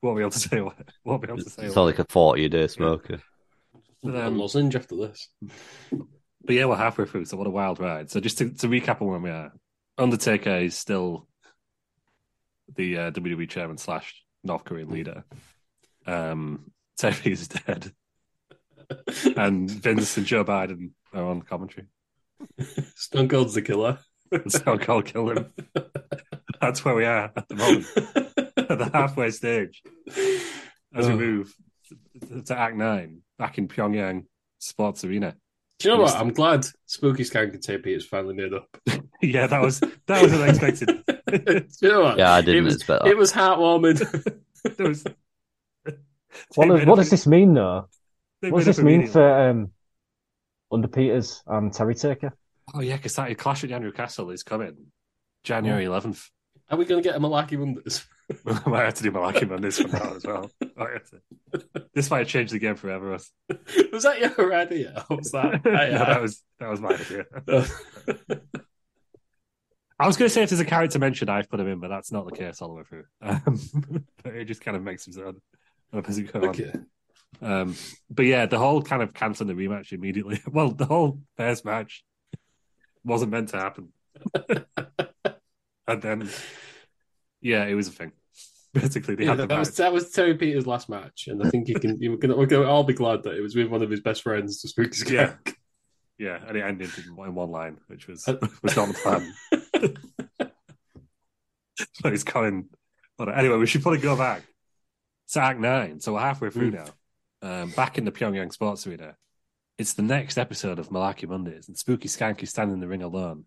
won't be able to say what, won't be able to say
It's
what.
not like a 40 a day smoker.
But,
One
um,
lozenge after this.
But yeah, we're halfway through, so what a wild ride. So just to, to recap on where we are, Undertaker is still the uh, WWE chairman slash North Korean
Hmm.
leader. Um, Terry is dead, and Vince and Joe Biden are on commentary.
Stone Cold's the killer.
And so I'll kill him. That's where we are at the moment, at the halfway stage. As we
Oh.
move to- to Act Nine, back in Pyongyang Sports Arena.
Do you know what? I'm glad Spooky Skank and TP is finally made up.
Yeah, that was that was unexpected.
Do you know what?
Yeah, I didn't
It was,
expect that.
it was heartwarming.
There was-
What,
They
does-
made
what
up
does
a-
this mean, though?
they
What does
made up
this
a
mean
meaning.
for um, Under Peters and Terry Taker?
Oh yeah, because that Clash at Andrew Castle is coming January eleventh.
Are we going to get a Malaki Wonders?
I might have to do my locking on this one now as well. I might have to- This might have changed the game forever. us.
Was that your idea? What was that? uh,
No,
I-
that was that was my idea.
I-
I was going to say if there's a character mentioned, I've put him in, but that's not the case all the way through. Um, but it just kind of makes him sound up as it goes on.
okay.
Um, but yeah, the whole kind of cancelling the rematch immediately. Well, the whole first match wasn't meant to happen. and then, yeah, it was a thing. Basically, they
Yeah,
had the
that, was,
match.
that was Terry Peters' last match, and I think he can. You can we're going to all be glad that it was with one of his best friends, the Spooky Skank.
Yeah. yeah, and it ended in one, in one line, which was
Uh,
was not the plan. so it's Colin. But anyway, we should probably go back to Act Nine. So we're halfway through now. Um, back in the Pyongyang Sports Arena, it's the next episode of Malaki Mondays, and Spooky Skank is standing in the ring alone,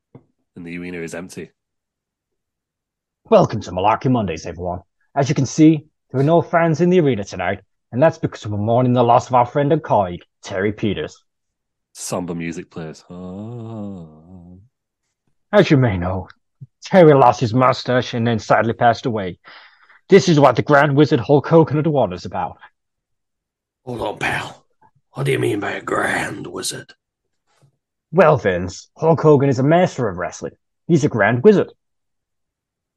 and the arena is empty.
Welcome to Malarkey Mondays, everyone. As you can see, there are no fans in the arena tonight, and that's because we're mourning the loss of our friend and colleague, Terry Peters.
Somber music plays. Oh.
As you may know, Terry lost his mustache and then sadly passed away. This is what the Grand Wizard Hulk Hogan of the Water is about.
Hold on, pal. What do you mean by a grand wizard?
Well, Vince, Hulk Hogan is a master of wrestling. He's a Grand Wizard.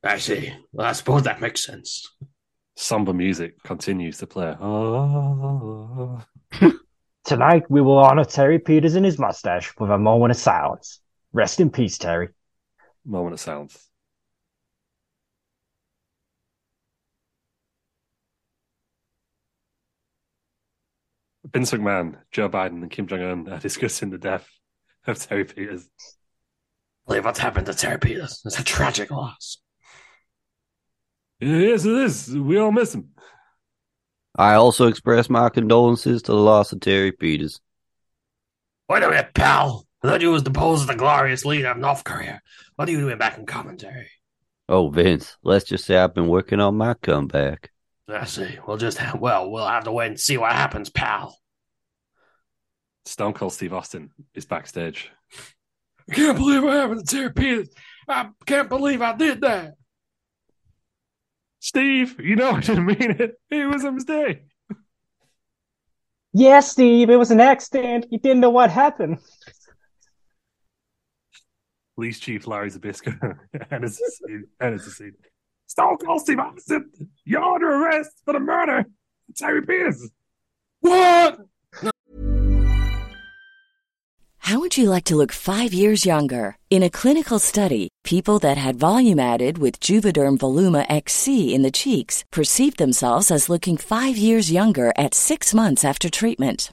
I see. Well, I suppose that makes sense.
Somber music continues to play. Oh.
Tonight, we will honor Terry Peters and his mustache with a moment of silence. Rest in peace, Terry.
Moment of silence. Vince McMahon, Joe Biden, and Kim Jong Un are discussing the death of Terry Peters.
Look what's happened to Terry Peters. It's a tragic loss.
Yes, it is. We all miss him.
I also express my condolences to the loss of Terry Peters.
Wait a minute, pal. I thought you was deposed the glorious leader of North Korea. What are you doing back in commentary?
Oh, Vince, let's just say I've been working on my comeback.
I see. We'll just well, we'll have to wait and see what happens, pal.
Stone Cold Steve Austin is backstage.
I can't believe I happened to Terry Peters. I can't believe I did that.
Steve, you know I didn't mean it. It was a mistake.
Yes, Steve, it was an accident. You didn't know what happened.
Police Chief Larry Zabisco enters the scene. Enters the scene. Stone Cold Steve Austin, you're under arrest for the murder of Terry Peters.
What?
How would you like to look five years younger? In a clinical study, people that had volume added with Juvederm Voluma XC in the cheeks perceived themselves as looking five years younger at six months after treatment.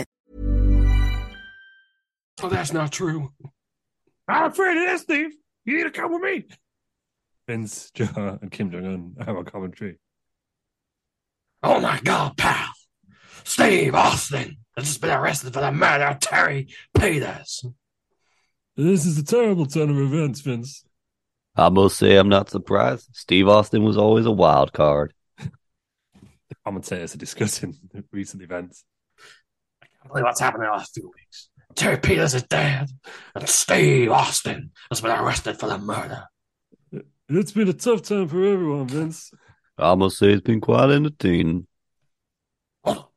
Oh, that's not true. I'm afraid it is, Steve. You need to come with me.
Vince John and Kim Jong Un have a commentary.
Oh my God, pal. Steve Austin has just been arrested for the murder of Terry Peters.
This is a terrible turn of events, Vince.
I must say, I'm not surprised. Steve Austin was always a wild card.
The commentators are discussing the recent events.
I believe what's happened in the last few weeks. Terry Peters is dead, and Steve Austin has been arrested for the murder.
It's been a tough time for everyone, Vince.
I must say, it's been quite entertaining.
Hold on, pal.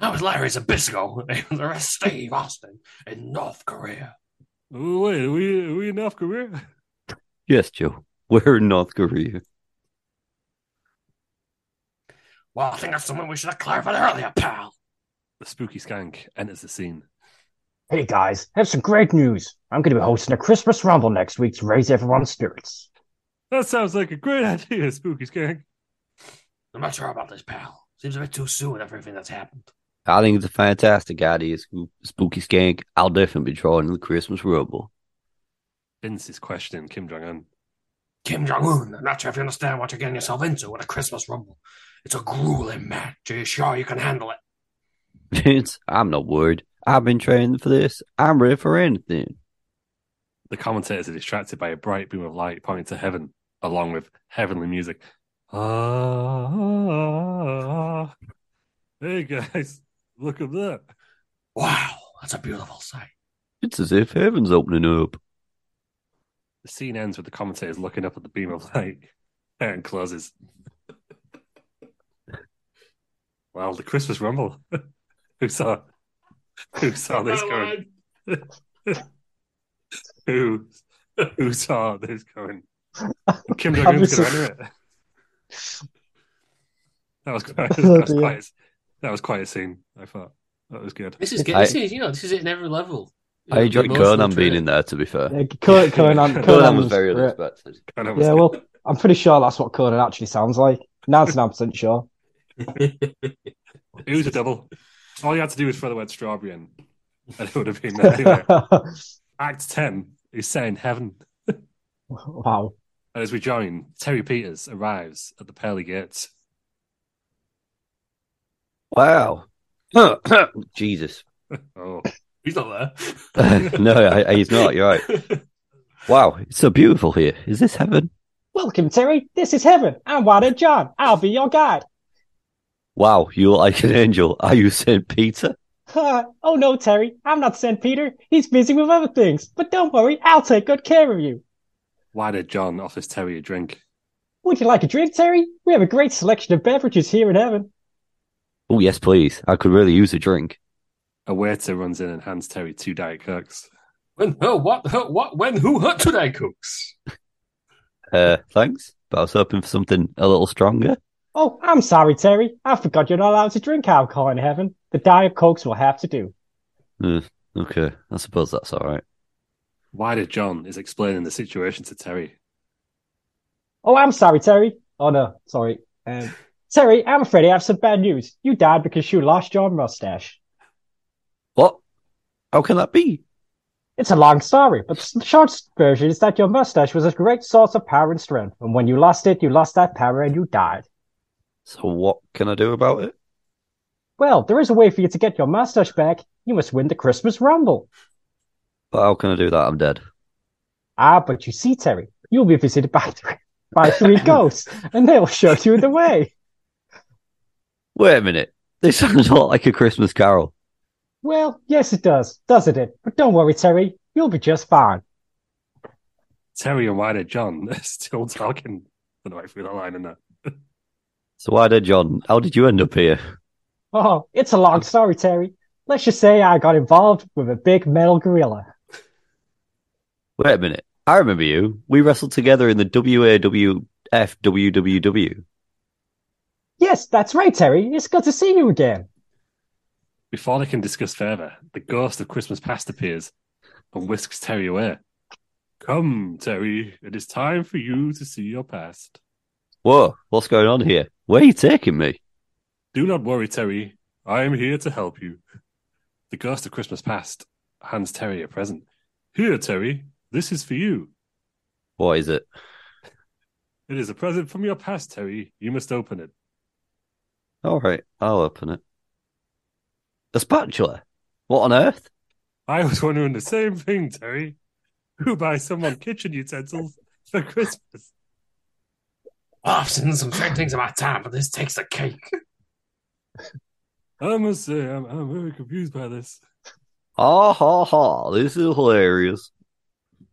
That was Larry Zabisco and the rest Steve Austin in North Korea.
Oh, wait, are we, are we in North Korea?
Yes, Joe. We're in North Korea.
Well, I think that's something we should have clarified earlier, pal.
The spooky skank enters the scene.
Hey guys, I have some great news. I'm going to be hosting a Christmas ramble next week to raise everyone's spirits.
That sounds like a great idea, spooky skank.
I'm not sure about this, pal. Seems a bit too soon after everything that's happened.
I think it's a fantastic idea, Sp- Spooky Skank. I'll definitely be drawing the Christmas rubble.
Vince is questioning Kim Jong Un.
Kim Jong Un, I'm not sure if you understand what you're getting yourself into with a Christmas rumble. It's a grueling match. Are you sure you can handle it?
Vince, I'm not worried. I've been training for this. I'm ready for anything.
The commentators are distracted by a bright beam of light pointing to heaven, along with heavenly music. Ah, ah, ah. Hey guys, look at that.
Wow, that's a beautiful sight.
It's as if heaven's opening up.
The scene ends with the commentators looking up at the beam of light and closes. wow, the Christmas Rumble. Who saw? Who saw this going? who? Who saw this going? Kim Jong Un's going to enter it. That was quite. That was
Oh, dear.
quite. That was quite a scene. I thought that was good.
This is good.
I-
This is you know this is it in every level.
I
You know,
enjoyed
emotional
Conan being
training.
in there, to be fair.
Yeah, Conan, Conan,
Conan was very
great.
unexpected.
Kind of was
Yeah,
good.
well, I'm pretty sure that's what Conan actually sounds like. 99% sure.
it was a double. All you had to do was throw the word strawberry in, and it would have been there. Anyway, Act ten is set in heaven.
wow.
And as we join, Terry Peters arrives at the pearly gates.
Wow. Jesus.
Oh,
He's not there.
no, I, I- he's not. You're right. Wow, it's so beautiful here. Is this heaven?
Welcome, Terry. This is heaven. I'm Wilder John. I'll be your guide.
Wow, you look like an angel. Are you Saint Peter?
oh no, Terry. I'm not St. Peter. He's busy with other things. But don't worry, I'll take good care of you.
why did John offers Terry a drink?
Would you like a drink, Terry? We have a great selection of beverages here in heaven.
Oh yes, please. I could really use a drink.
a waiter runs in and hands Terry two Diet Cokes.
When, oh, what, huh, what, when, who hurt today, Cooks?
Uh, thanks, but I was hoping for something a little stronger.
Oh, I'm sorry, Terry. I forgot you're not allowed to drink alcohol in heaven. The Diet Cokes will have to do.
Hmm, okay, I suppose that's all right.
Why did John is explaining the situation to Terry?
Oh, I'm sorry, Terry. Oh, no, sorry. Um, Terry, I'm afraid I have some bad news. You died because you lost your mustache.
What? How can that be?
It's a long story, but the short version is that your mustache was a great source of power and strength, and when you lost it, you lost that power and you died.
So what can I do about it?
Well, there is a way for you to get your mustache back. You must win the Christmas Rumble.
But how can I do that? I'm dead.
Ah, but you see, Terry, you'll be visited by three, by three ghosts, and they will show you the way.
Wait a minute. This sounds a lot like a Christmas carol.
Well, yes, it does, doesn't it? But don't worry, Terry, you'll be just fine.
Terry and why did John are still talking? I don't know if we got a line in that.
So why did John? How did you end up here?
Oh, it's a long story, Terry. Let's just say I got involved with a big metal gorilla.
Wait a minute. I remember you. We wrestled together in the WAWF WWW.
Yes, that's right, Terry. It's good to see you again.
Before they can discuss further, the ghost of Christmas past appears and whisks Terry away. Come, Terry, it is time for you to see your past.
Whoa, what's going on here? Where are you taking me?
Do not worry, Terry. I am here to help you. The ghost of Christmas past hands Terry a present. Here, Terry, this is for you.
What is it?
It is a present from your past, Terry. You must open it.
All right, I'll open it. A spatula? What on earth?
I was wondering the same thing, Terry. Who buys someone kitchen utensils for Christmas?
I've seen some fine things in my time, but this takes the cake.
I must say, I'm, I'm very confused by this.
Ah ha ha! This is hilarious.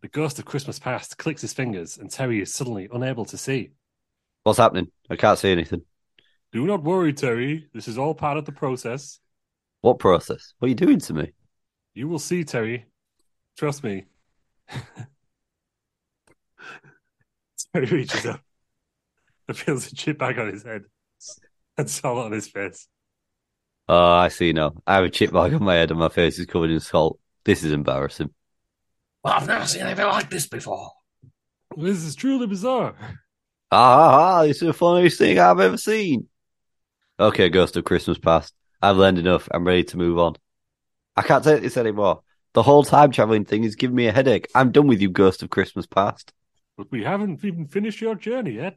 The ghost of Christmas past clicks his fingers, and Terry is suddenly unable to see.
What's happening? I can't see anything.
Do not worry, Terry. This is all part of the process.
What process? What are you doing to me?
You will see, Terry. Trust me. Terry reaches up and feels a chip bag on his head and salt on his face.
Oh, I see now. I have a chip bag on my head and my face is covered in salt. This is embarrassing.
Well, I've never seen anything like this before.
This is truly bizarre.
Ah ha ha! This is the funniest thing I've ever seen. Okay, Ghost of Christmas Past. I've learned enough. I'm ready to move on. I can't take this anymore. The whole time traveling thing is giving me a headache. I'm done with you, Ghost of Christmas Past.
But we haven't even finished your journey yet.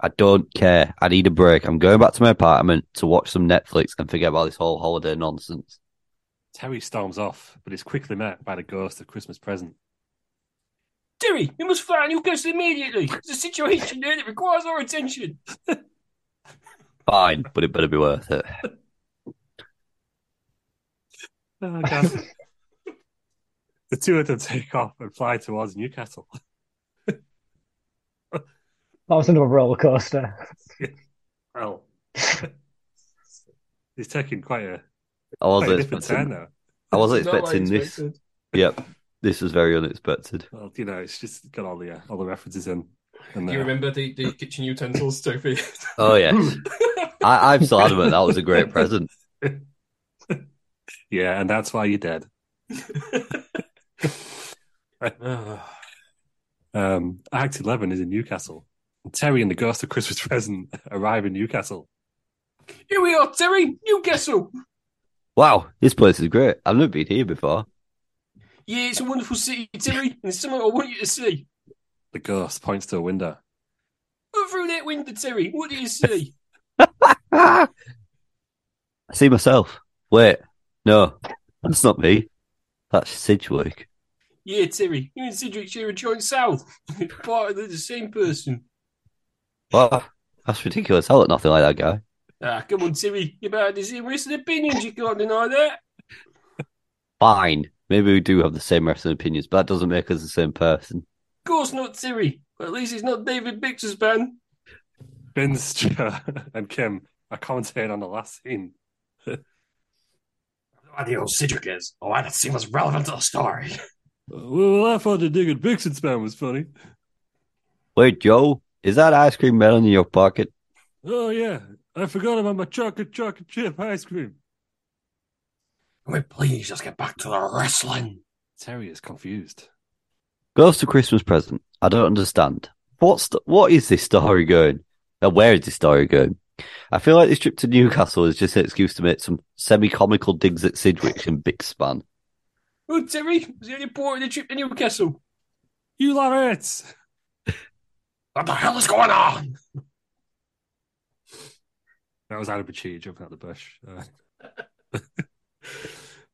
I don't care. I need a break. I'm going back to my apartment to watch some Netflix and forget about this whole holiday nonsense.
Terry storms off, but is quickly met by the ghost of Christmas present.
Terry, you must find new guests immediately. There's a situation there that requires our attention.
Fine, but it better be worth it.
Oh, God. the two of them take off and fly towards Newcastle.
That was another roller coaster.
Well, he's taking quite a,
I
quite a
wasn't
different turn
expecting.
now.
I wasn't
Not what I
expecting this.
expected.
Yep, this was very unexpected.
Well, you know, it's just got all the uh, all the references in. And,
Do you
uh,
remember the, the kitchen utensils, Sophie?
Oh yes, I, I'm still adamant that was a great present.
Yeah, and that's why you're dead. Um, Act 11 is in Newcastle. Terry and the Ghost of Christmas Present arrive in Newcastle.
Here we are, Terry. Newcastle.
Wow, this place is great. I've never been here before.
Yeah, it's a wonderful city, Terry, and it's something I want you to see.
The ghost points to a window.
Look through that window, Terry. What do you see?
Ah! I see myself. Wait, no, that's not me. That's Sidgwick.
yeah, Terry, you and Cedric share a joint south. Part of the, the same person.
Wow, that's ridiculous. I look nothing like that guy.
Ah, come on, Terry. You're about the same race and opinions. You can't deny that.
Fine, maybe we do have the same wrestling opinions, but that doesn't make us the same person.
Of course not, Terry. Well, at least it's not David Bixespan.
Vince, Joe, and Kim are commentating on the last scene.
idea who Cedric is, or why that seems was relevant to the story.
Well, I thought the dig at Bixen's man was funny.
Wait, Joe, is that ice cream melon in your pocket?
Oh, yeah. I forgot about my chocolate chocolate chip ice cream.
Can we please just get back to the wrestling?
Terry is confused.
Goes to Christmas present. I don't understand. What's the, what is this story going? Now, where is this story going? I feel like this trip to Newcastle is just an excuse to make some semi-comical digs at Sidgwick and Bixspan.
Oh, Terry, was there any point in the trip to Newcastle?
You love it.
What the hell is going on?
That was Adam Pacini jumping out the bush. Uh,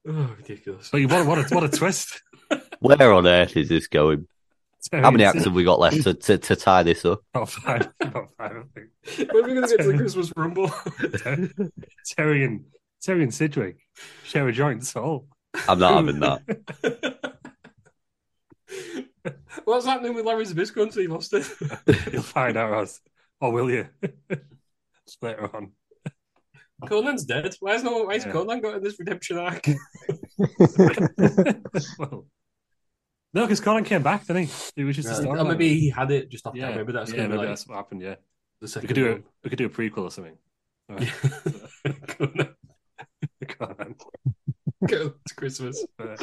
Oh, ridiculous.
so you- what, a- what, a, what a twist.
Where on earth is this going? How many
Terry,
acts have we got left to, to, to tie this up?
About five. About five, I think.
when are we going to get to the Christmas rumble?
Ter- Terry and Terry and Sidgwick share a joint soul.
I'm not having that.
What's happening with Larry Zabisco and Steve Austin?
You'll find out, Roz. Or will you? Later on.
Conan's dead. Why is no? Why is
Yeah.
Conan got in this redemption arc?
well, no, because Colin came back, didn't he? It was just a story.
Or uh, maybe he had it just after.
Yeah,
Maybe that's
yeah,
going to
maybe
be like
that's what happened. Yeah,
the
we
second.
could do it. We could do a prequel or something.
Conan,
Conan.
go to Christmas.
Uh,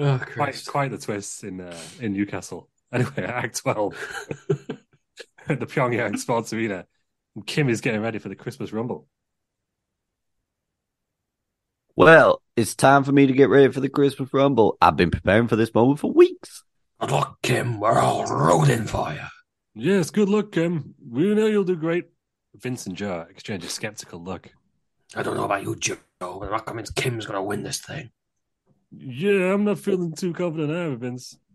Oh,
quite,
Christ.
quite the twist in uh, in Newcastle. Anyway, Act Twelve, at the Pyongyang Sports Arena. And Kim is getting ready for the Christmas Rumble.
Well, it's time for me to get ready for the Christmas Rumble. I've been preparing for this moment for weeks.
Good luck, Kim. We're all rooting for you.
Yes, good luck, Kim. We know you'll do great. Vince and Joe exchange a skeptical look.
I don't know about you, Joe, but that means Kim's going to win this thing.
Yeah, I'm not feeling too confident now, Vince.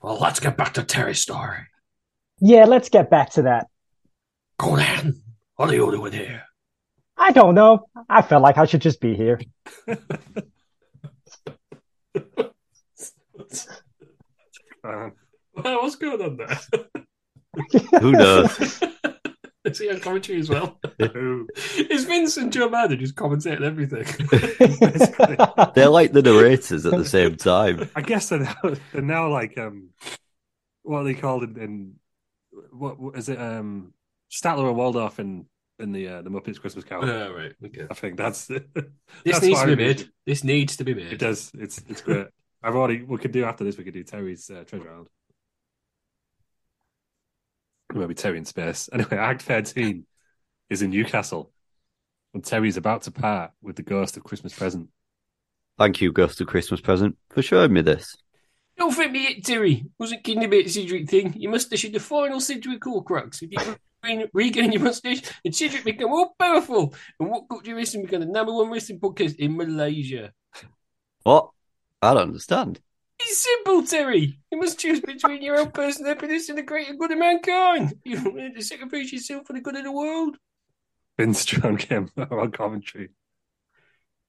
Well, let's get back to Terry's story.
Yeah, let's get back to that.
Conan, what are you doing here?
I don't know. I felt like I should just be here.
Um,
Uh, What's going on there?
Who knows?
Is he on commentary as well? Is Vincent Joe Madden just commentating everything?
They're like the narrators at the same time.
I guess they're now, they're now like um, what are they called in, in what, what is it um Statler and Waldorf in in the uh, the Muppets Christmas Carol?
Yeah, Oh, right. Okay.
I think that's this
This needs to be made. This needs to be
It
made.
does. It's it's great. I've already. We could do after this. We could do Terry's uh, treasure island. Maybe Terry in space. Anyway, Act thirteen is in Newcastle, and Terry's about to part with the ghost of Christmas present.
Thank you, Ghost of Christmas Present, for showing me this.
Don't fit me it, Terry. Wasn't keen about the Cedric thing. You must issue the final Cedric Horcrux. If you regain- regain your mustache, and Cedric become all powerful. And what culture racing become the number one racing podcast in Malaysia.
What? I don't understand.
It's simple, Terry. You must choose between your own personal happiness and the greater good of mankind. You are willing to sacrifice yourself for the good of the world.
Vince John Kim are on commentary.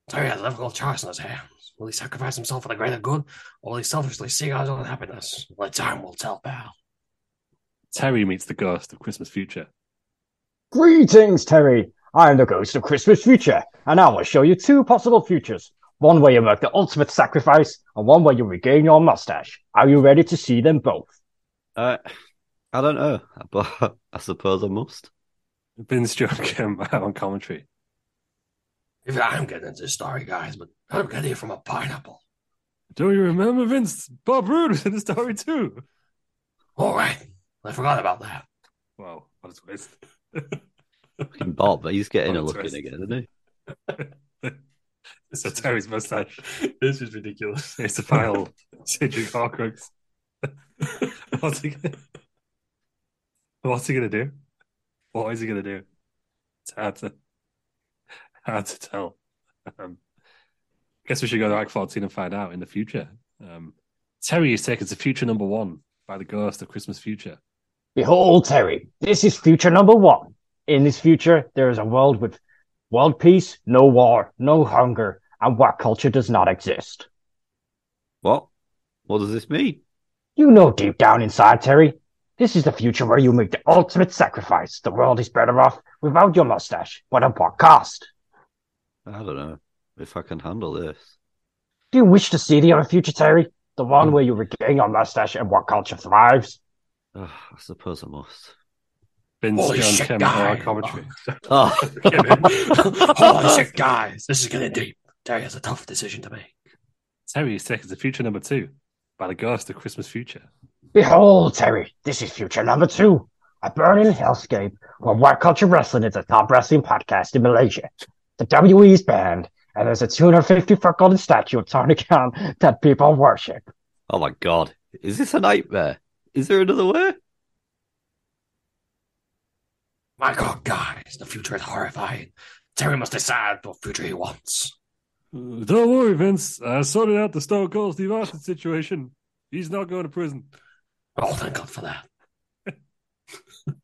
Terry has a difficult choice in his hands. Will he sacrifice himself for the greater good, or will he selfishly seek out his own happiness? Well, time will tell, pal.
Terry meets the ghost of Christmas future.
Greetings, Terry. I am the ghost of Christmas future, and I will show you two possible futures. One where you make the ultimate sacrifice, and one where you regain your mustache. Are you ready to see them both?
Uh, I don't know, but I suppose I must.
Vince John Kim are on commentary.
If I'm getting into this story, guys, but I don't get here from a pineapple.
Do you remember Vince? Bob Roode was in the story too.
All right, I forgot about that.
Wow, what a twist.
Fucking Bob, he's getting a
What
look
a
in
twist.
again, isn't he?
so Terry's mustache.
This is ridiculous.
It's the final Cedric Horcrux. what's he gonna What's he gonna do? What is he gonna do? It's hard to hard to tell. Um, guess we should go to Act 14 and find out in the future. Um, Terry is taken to future number one by the ghost of Christmas future.
Behold, Terry, this is future number one. In this future, there is a world with world peace, no war, no hunger, and what culture does not exist.
What? What does this mean?
You know deep down inside, Terry, this is the future where you make the ultimate sacrifice. The world is better off without your mustache, but at what cost?
I don't know if I can handle this.
Do you wish to see the other future, Terry? The
Hmm.
one where you regain your mustache and what culture thrives?
Ugh, I suppose I must.
Vince
Holy
John
shit,
Kemp
guy.
our commentary.
Oh.
Holy shit, guys, this is getting deep. Terry has a tough decision to make.
Terry is taken to future number two by the ghost of Christmas future.
Behold, Terry, this is future number two. A burning hellscape where white culture wrestling is a top wrestling podcast in Malaysia. The WE's banned, and there's a 250 foot golden statue of Tony Khan that people worship.
Oh my god. Is this a nightmare? Is there another way?
My God, guys, the future is horrifying. Terry must decide what future he wants.
Uh, Don't worry, Vince. I sorted out the Stone Cold Steve Austin situation. He's not going to prison.
Oh, thank God for that.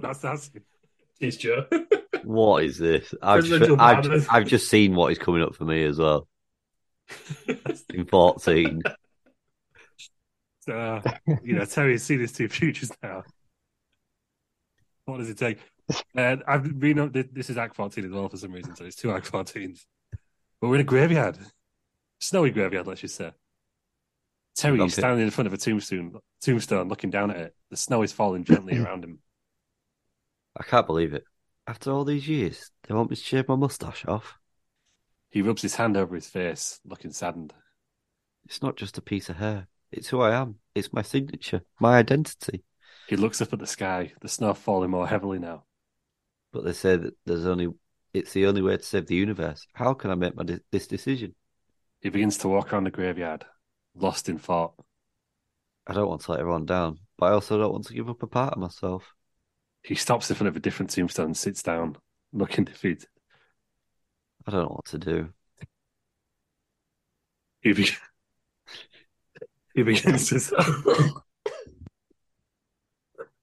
that's that's. He's Joe.
What is this? I've just,
Presidential
I've,
madness.
I've just seen what is coming up for me as well. In 14.
Uh, you know, Terry's seen his two futures now. What does it take? And I've been up. This is Act 14 as well for some reason, so it's two Act 14s. But we're in a graveyard, snowy graveyard, let's just say. Terry
Love
is
it.
standing in front of a tombstone, tombstone, looking down at it. The snow is falling gently around him.
I can't believe it. After all these years, they want me to shave my mustache off.
He rubs his hand over his face, looking saddened.
It's not just a piece of hair. It's who I am. It's my signature, my identity.
He looks up at the sky, the snow falling more heavily now.
But they say that there's only it's the only way to save the universe. How can I make my de- this decision?
He begins to walk around the graveyard, lost in thought.
I don't want to let everyone down, but I also don't want to give up a part of myself.
He stops in front of a different tombstone and sits down, looking defeated.
I don't know what to do.
He, be- he begins to.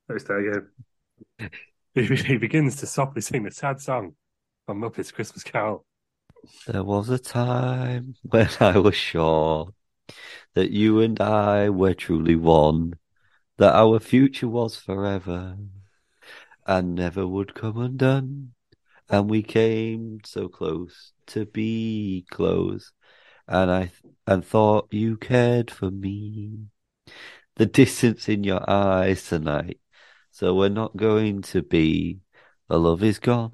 Let's start again. He, be- he begins to softly sing the sad song from Muppet's Christmas Carol.
There was a time when I was sure that you and I were truly one, that our future was forever and never would come undone. And we came so close to be close, and I th- and thought you cared for me. The distance in your eyes tonight, so we're not going to be. The love is gone,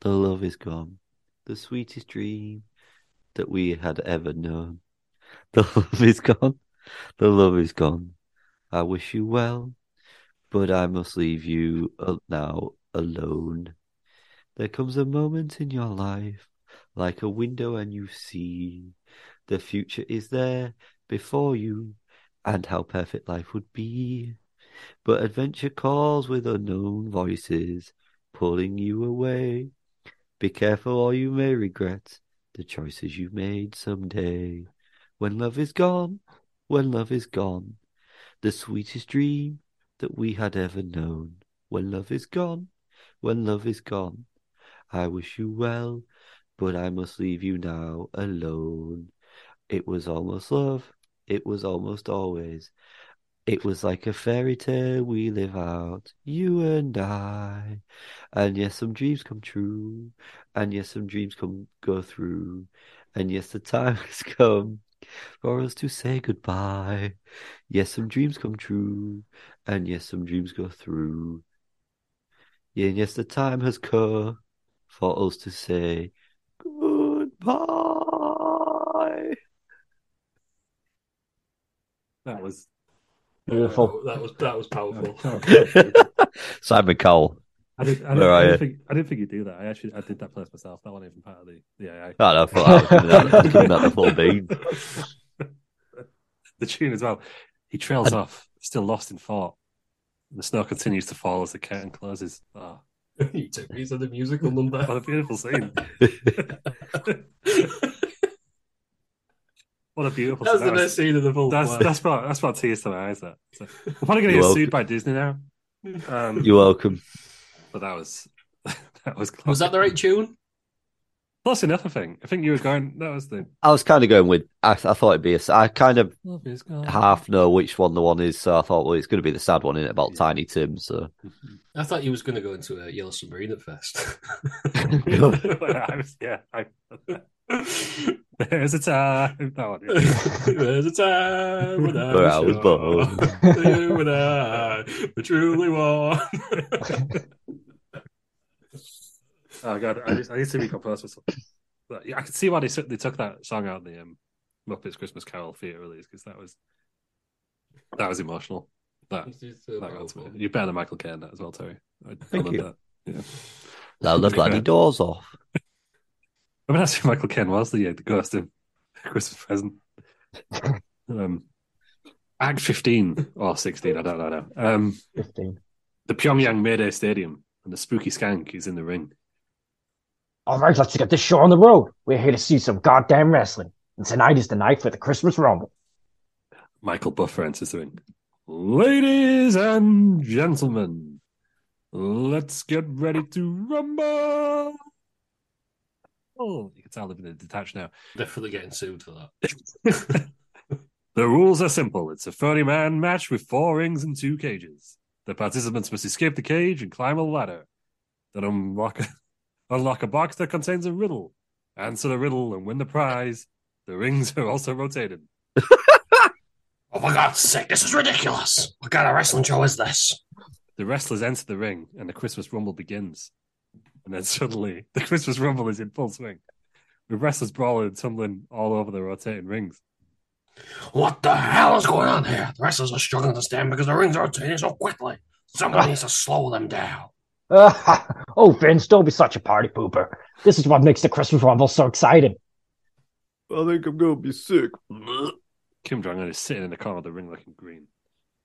the love is gone the sweetest dream that we had ever known. The love is gone. The love is gone. I wish you well, but I must leave you uh, now alone. There comes a moment in your life, like a window, and you see the future is there before you, and how perfect life would be. But adventure calls with unknown voices, pulling you away. Be careful, or you may regret the choices you made someday. When love is gone, when love is gone, the sweetest dream that we had ever known. When love is gone, when love is gone, I wish you well, but I must leave you now alone. It was almost love, it was almost always. It was like a fairy tale we live out, you and I. And yes, some dreams come true. And yes, some dreams come go through. And yes, the time has come for us to say goodbye. Yes, some dreams come true. And yes, some dreams go through. Yeah, and yes, the time has come for us to say goodbye.
That was
Beautiful.
That was that was powerful.
Simon Cowell.
I didn't, I
Where
didn't,
are
I
you?
didn't think I didn't think you'd do that. I actually I did that place myself. That wasn't even part of the the AI.
Oh, no, I thought I was giving that- I was giving that the full bean.
The tune as well. He trails off, still lost in thought. The snow continues to fall as the curtain closes. Ah,
you took me to the musical number.
what a beautiful scene! what a beautiful.
That's
scene.
the
That was-
best scene of the full.
That's
play.
that's brought that's brought tears to my eyes. That so, we're probably going to
You're
get
welcome.
sued by Disney now. Um,
You're welcome.
but that was that was close.
was that the right tune?
close enough? I think. I think you were going. That was the.
I was kind of going with. I, I thought it'd be a. s- I kind of
Love is gone.
half know which one the one is, so I thought, well, it's going to be the sad one in it about Tiny Tim. So
I thought he was going to go into a yellow submarine at first.
I was, yeah, I, There's a time. Oh, That one. There's a time when I
Where I was
sure
born.
that you and I were truly one. oh god, I, just, I need to recompose myself. But, yeah, I can see why they took, they took that song out of the um, Muppets Christmas Carol theatre release because that was that was emotional. That, that got to me. You're better than Michael Caine that as well, Terry. I,
Thank
love
you.
That. Yeah.
Now the bloody doors off.
I mean, that's who Michael Caine was, the, uh, the ghost of Christmas present. um, Act 15 or 16, I don't know. now. Um,
15.
The Pyongyang Mayday Stadium and the spooky skank is in the ring.
All right, let's get this show on the road. We're here to see some goddamn wrestling. And tonight is the night for the Christmas Rumble.
Michael Buffer enters the ring. Ladies and gentlemen, let's get ready to rumble. Oh, you can tell they've been detached now.
Definitely getting sued for that.
The rules are simple. It's a 30 man match with four rings and two cages. The participants must escape the cage and climb a ladder. Then unlock a, unlock a box that contains a riddle. Answer the riddle and win the prize. The rings are also rotated.
Oh my God's sake, this is ridiculous. What kind of wrestling show is this?
The wrestlers enter the ring and the Christmas Rumble begins. And then suddenly, the Christmas Rumble is in full swing. With wrestlers brawling and tumbling all over the rotating rings.
What the hell is going on here? The wrestlers are struggling to stand because the rings are rotating so quickly. Someone needs to slow them down.
oh, Vince, don't be such a party pooper. This is what makes the Christmas Rumble so exciting.
I think I'm gonna be sick.
Kim Jong un is sitting in the corner of the ring looking green.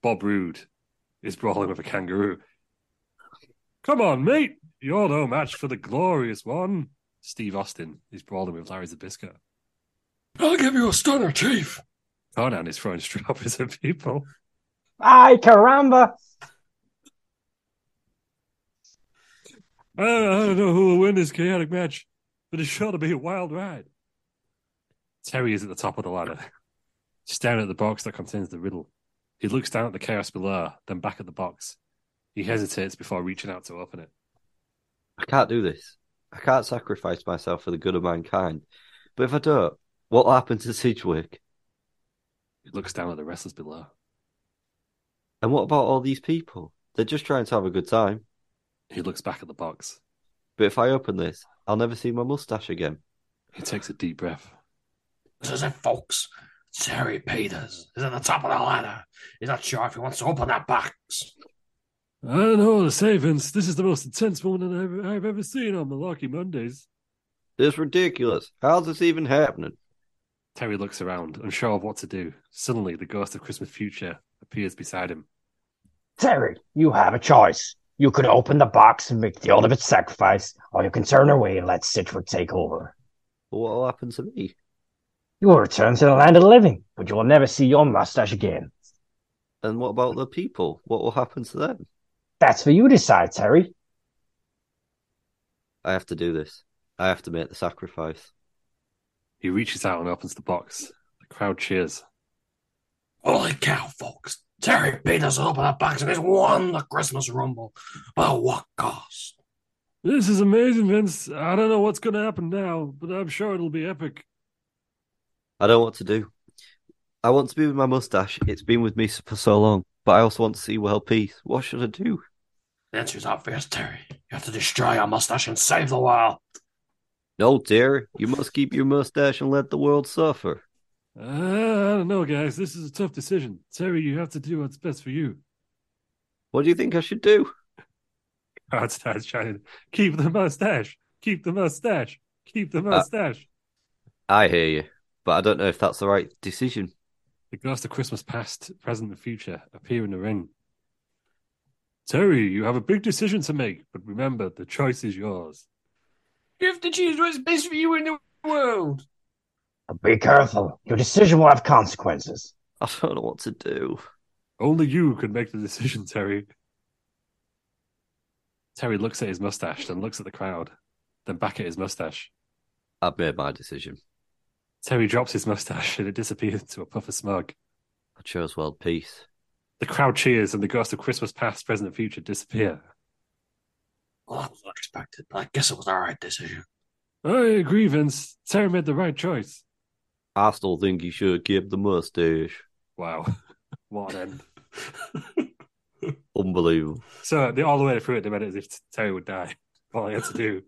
Bob Roode is brawling with a kangaroo. Come on, mate. You're no match for the glorious one. Steve Austin is brawling with Larry Zabisco.
I'll give you a stunner, Chief.
Conan is throwing strawberries at people.
Ay, caramba!
I don't, I don't know who will win this chaotic match, but it's sure to be a wild ride. Terry is at the top of the ladder, staring at the box that contains the riddle. He looks down at the chaos below, then back at the box. He hesitates before reaching out to open it.
I can't do this. I can't sacrifice myself for the good of mankind. But if I don't, what will happen to Sidgwick?
He looks down at the wrestlers below.
And what about all these people? They're just trying to have a good time.
He looks back at the box.
But if I open this, I'll never see my mustache again.
He takes a deep breath.
This is it, folks. Terry Peters is at the top of the ladder. He's not sure if he wants to open that box.
I don't know what to say, Vince. This is the most intense moment I've, I've ever seen on Malarkey Mondays.
It's ridiculous. How's this even happening?
Terry looks around, unsure of what to do. Suddenly, the ghost of Christmas Future appears beside him.
Terry, you have a choice. You could open the box and make the ultimate sacrifice, or you can turn away and let Sidgwick take over.
But what will happen to me?
You will return to the land of the living, but you will never see your mustache again.
And what about the people? What will happen to them?
That's for you to decide, Terry.
I have to do this. I have to make the sacrifice.
He reaches out and opens the box. The crowd cheers.
Holy cow, folks. Terry Peters will open that box and he's won the Christmas Rumble. But at what cost?
This is amazing, Vince. I don't know what's going to happen now, but I'm sure it'll be epic.
I don't want to do. I want to be with my mustache. It's been with me for so long. But I also want to see world peace. What should I do?
The answer's obvious, Terry. You have to destroy your mustache and save the world.
No, dear. You must keep your mustache and let the world suffer.
Uh, I don't know, guys. This is a tough decision. Terry, you have to do what's best for you.
What do you think I should do?
Crowd starts shouting, Keep the mustache! Keep the mustache! Keep
Uh.
the mustache!
I hear you, but I don't know if that's the right decision.
The ghosts of Christmas past, present, and future appear in the ring. Terry, you have a big decision to make, but remember, the choice is yours.
You have to choose what's best for you in the world.
But be careful. Your decision will have consequences.
I don't know what to do.
Only you can make the decision, Terry. Terry looks at his mustache, then looks at the crowd, then back at his mustache.
I've made my decision.
Terry drops his mustache and it disappears into a puff of smoke.
I chose world peace.
The crowd cheers and the ghosts of Christmas past, present, and future disappear.
Well, that was unexpected, but I guess it was the right decision.
I agree, Vince. Terry made the right choice.
I still think you should keep the mustache.
Wow. What an end.
Unbelievable.
So the, all the way through at the minute is if Terry would die. All I had to do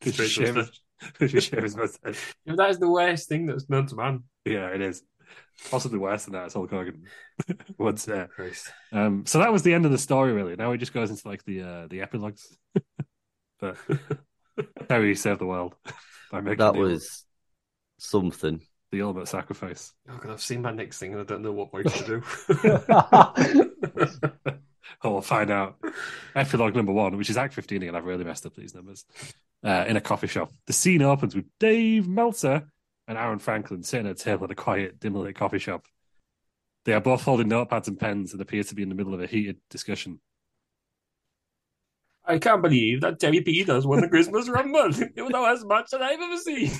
is shave his- is shave his mustache.
Yeah, that is the worst thing that's known to man.
Yeah, it is. Possibly worse than that. It's Hulk Hogan. What's that? Um, so that was the end of the story, really. Now it just goes into like the uh, the epilogues. but Terry saved the world by making
That
the,
was something.
the ultimate sacrifice.
Oh God, I've seen my next thing and I don't know what way to do.
Oh, we'll find out. Epilogue number one, which is Act 15 again. I've really messed up these numbers. Uh, in a coffee shop. The scene opens with Dave Meltzer and Aaron Franklin sitting at a table at a quiet, dimly lit coffee shop. They are both holding notepads and pens and appear to be in the middle of a heated discussion.
I can't believe that Terry Peters won the Christmas Rumble. It was the worst match that I've ever seen.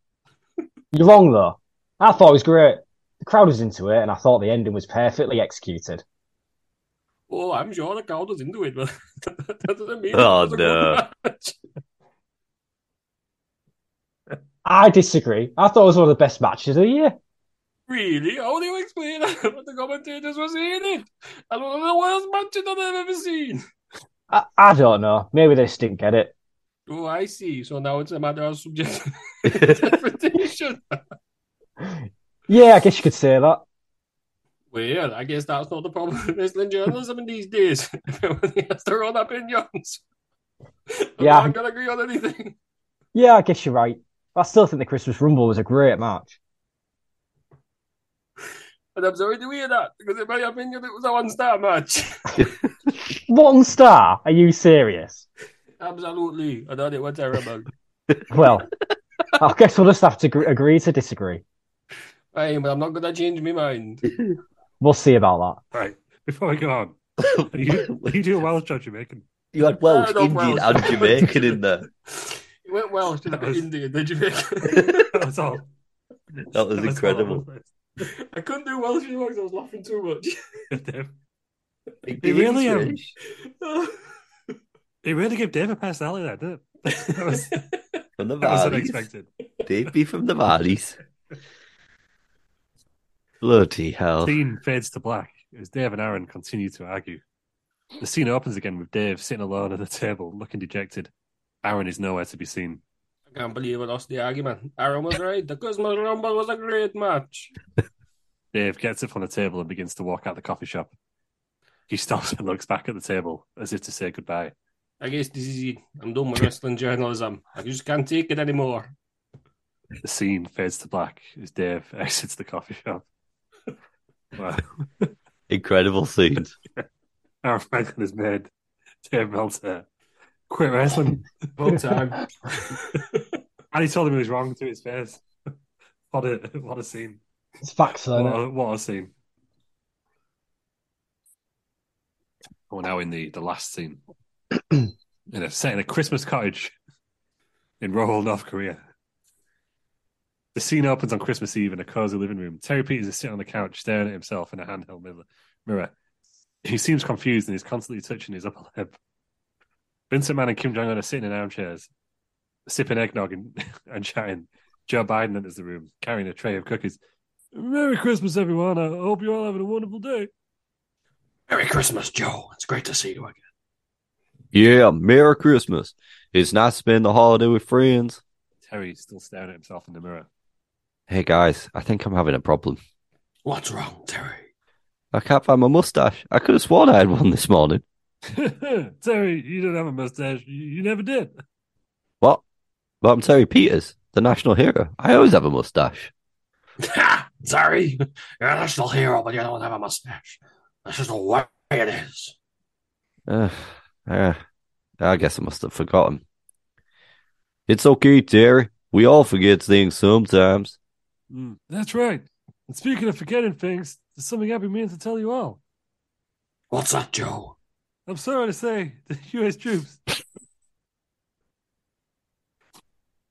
You're wrong though. I thought it was great. The crowd was into it, and I thought the ending was perfectly executed.
Oh, I'm sure the crowd was into it, but that doesn't mean.
Oh,
it was a good
no.
match.
I disagree. I thought it was one of the best matches of the year.
Really? How do you explain that? But the commentators were saying it. And one of the worst matches that I've ever seen.
I, I don't know. Maybe they just didn't get it.
Oh, I see. So now it's a matter of subjective interpretation.
Yeah, I guess you could say that.
Well, I guess that's not the problem with wrestling journalism in these days. Everybody has their own opinions.
Yeah.
I'm not going to agree on anything.
Yeah, I guess you're right. I still think the Christmas Rumble was a great match.
And I'm sorry to hear that, because in my opinion, it was a one star match.
One star? Are you serious?
Absolutely. I thought it was terrible.
Well, I guess we'll just have to gr- agree to disagree.
Hey, but I'm not going to change my mind.
We'll see about that.
Right. Before we go on, you, you do a Welsh or Jamaican.
You had Welsh,
I don't
Indian,
Welsh.
and Jamaican in there.
It went well to
That
the
was-
Indian, did you make?
That's all.
That was incredible.
I couldn't do Welsh anymore because I was laughing too much.
It
It
really, um,
English.
really gave Dave a personality there, didn't it? That was, that
From the
was
Valleys.
unexpected.
Dave be from the Valleys. Bloody hell.
scene fades to black as Dave and Aaron continue to argue. The scene opens again with Dave sitting alone at the table, looking dejected. Aaron is nowhere to be seen.
I can't believe I lost the argument. Aaron was right. The Christmas Rumble was a great match.
Dave gets up from the table and begins to walk out the coffee shop. He stops and looks back at the table as if to say goodbye.
I guess this is it. I'm done with wrestling journalism. I just can't take it anymore.
The scene fades to black as Dave exits the coffee shop. Wow.
Incredible scenes.
Aaron Franklin has made Dave Meltzer quit wrestling.
Full time.
and he told him he was wrong to his face. What a, what a scene.
It's facts, though.
What
innit?
a, what a scene. We're Oh, now in the, the last scene. in a, set in a Christmas cottage in Rohol, North Korea. The scene opens on Christmas Eve in a cozy living room. Terry Peters is sitting on the couch staring at himself in a handheld mirror. mirror. He seems confused and is constantly touching his upper lip. Vincent Mann and Kim Jong un are sitting in armchairs, sipping eggnog and, and chatting. Joe Biden enters the room carrying a tray of cookies. Merry Christmas, everyone. I hope you're all having a wonderful day.
Merry Christmas, Joe. It's great to see you again.
Yeah, Merry Christmas. It's nice to spend the holiday with friends.
Terry's still staring at himself in the mirror.
Hey guys, I think I'm having a problem.
What's wrong, Terry?
I can't find my mustache. I could have sworn I had one this morning.
Terry, you don't have a mustache. You, you never did.
What? But I'm Terry Peters, the national hero. I always have a mustache.
Sorry. You're a national hero, but you don't have a mustache. That's just the way it is.
Uh, uh, I guess I must have forgotten. It's okay, Terry. We all forget things sometimes.
Hmm.
Mm, that's right. And speaking of forgetting things, there's something I've been meaning to tell you all.
What's that, Joe?
I'm sorry to say, the US troops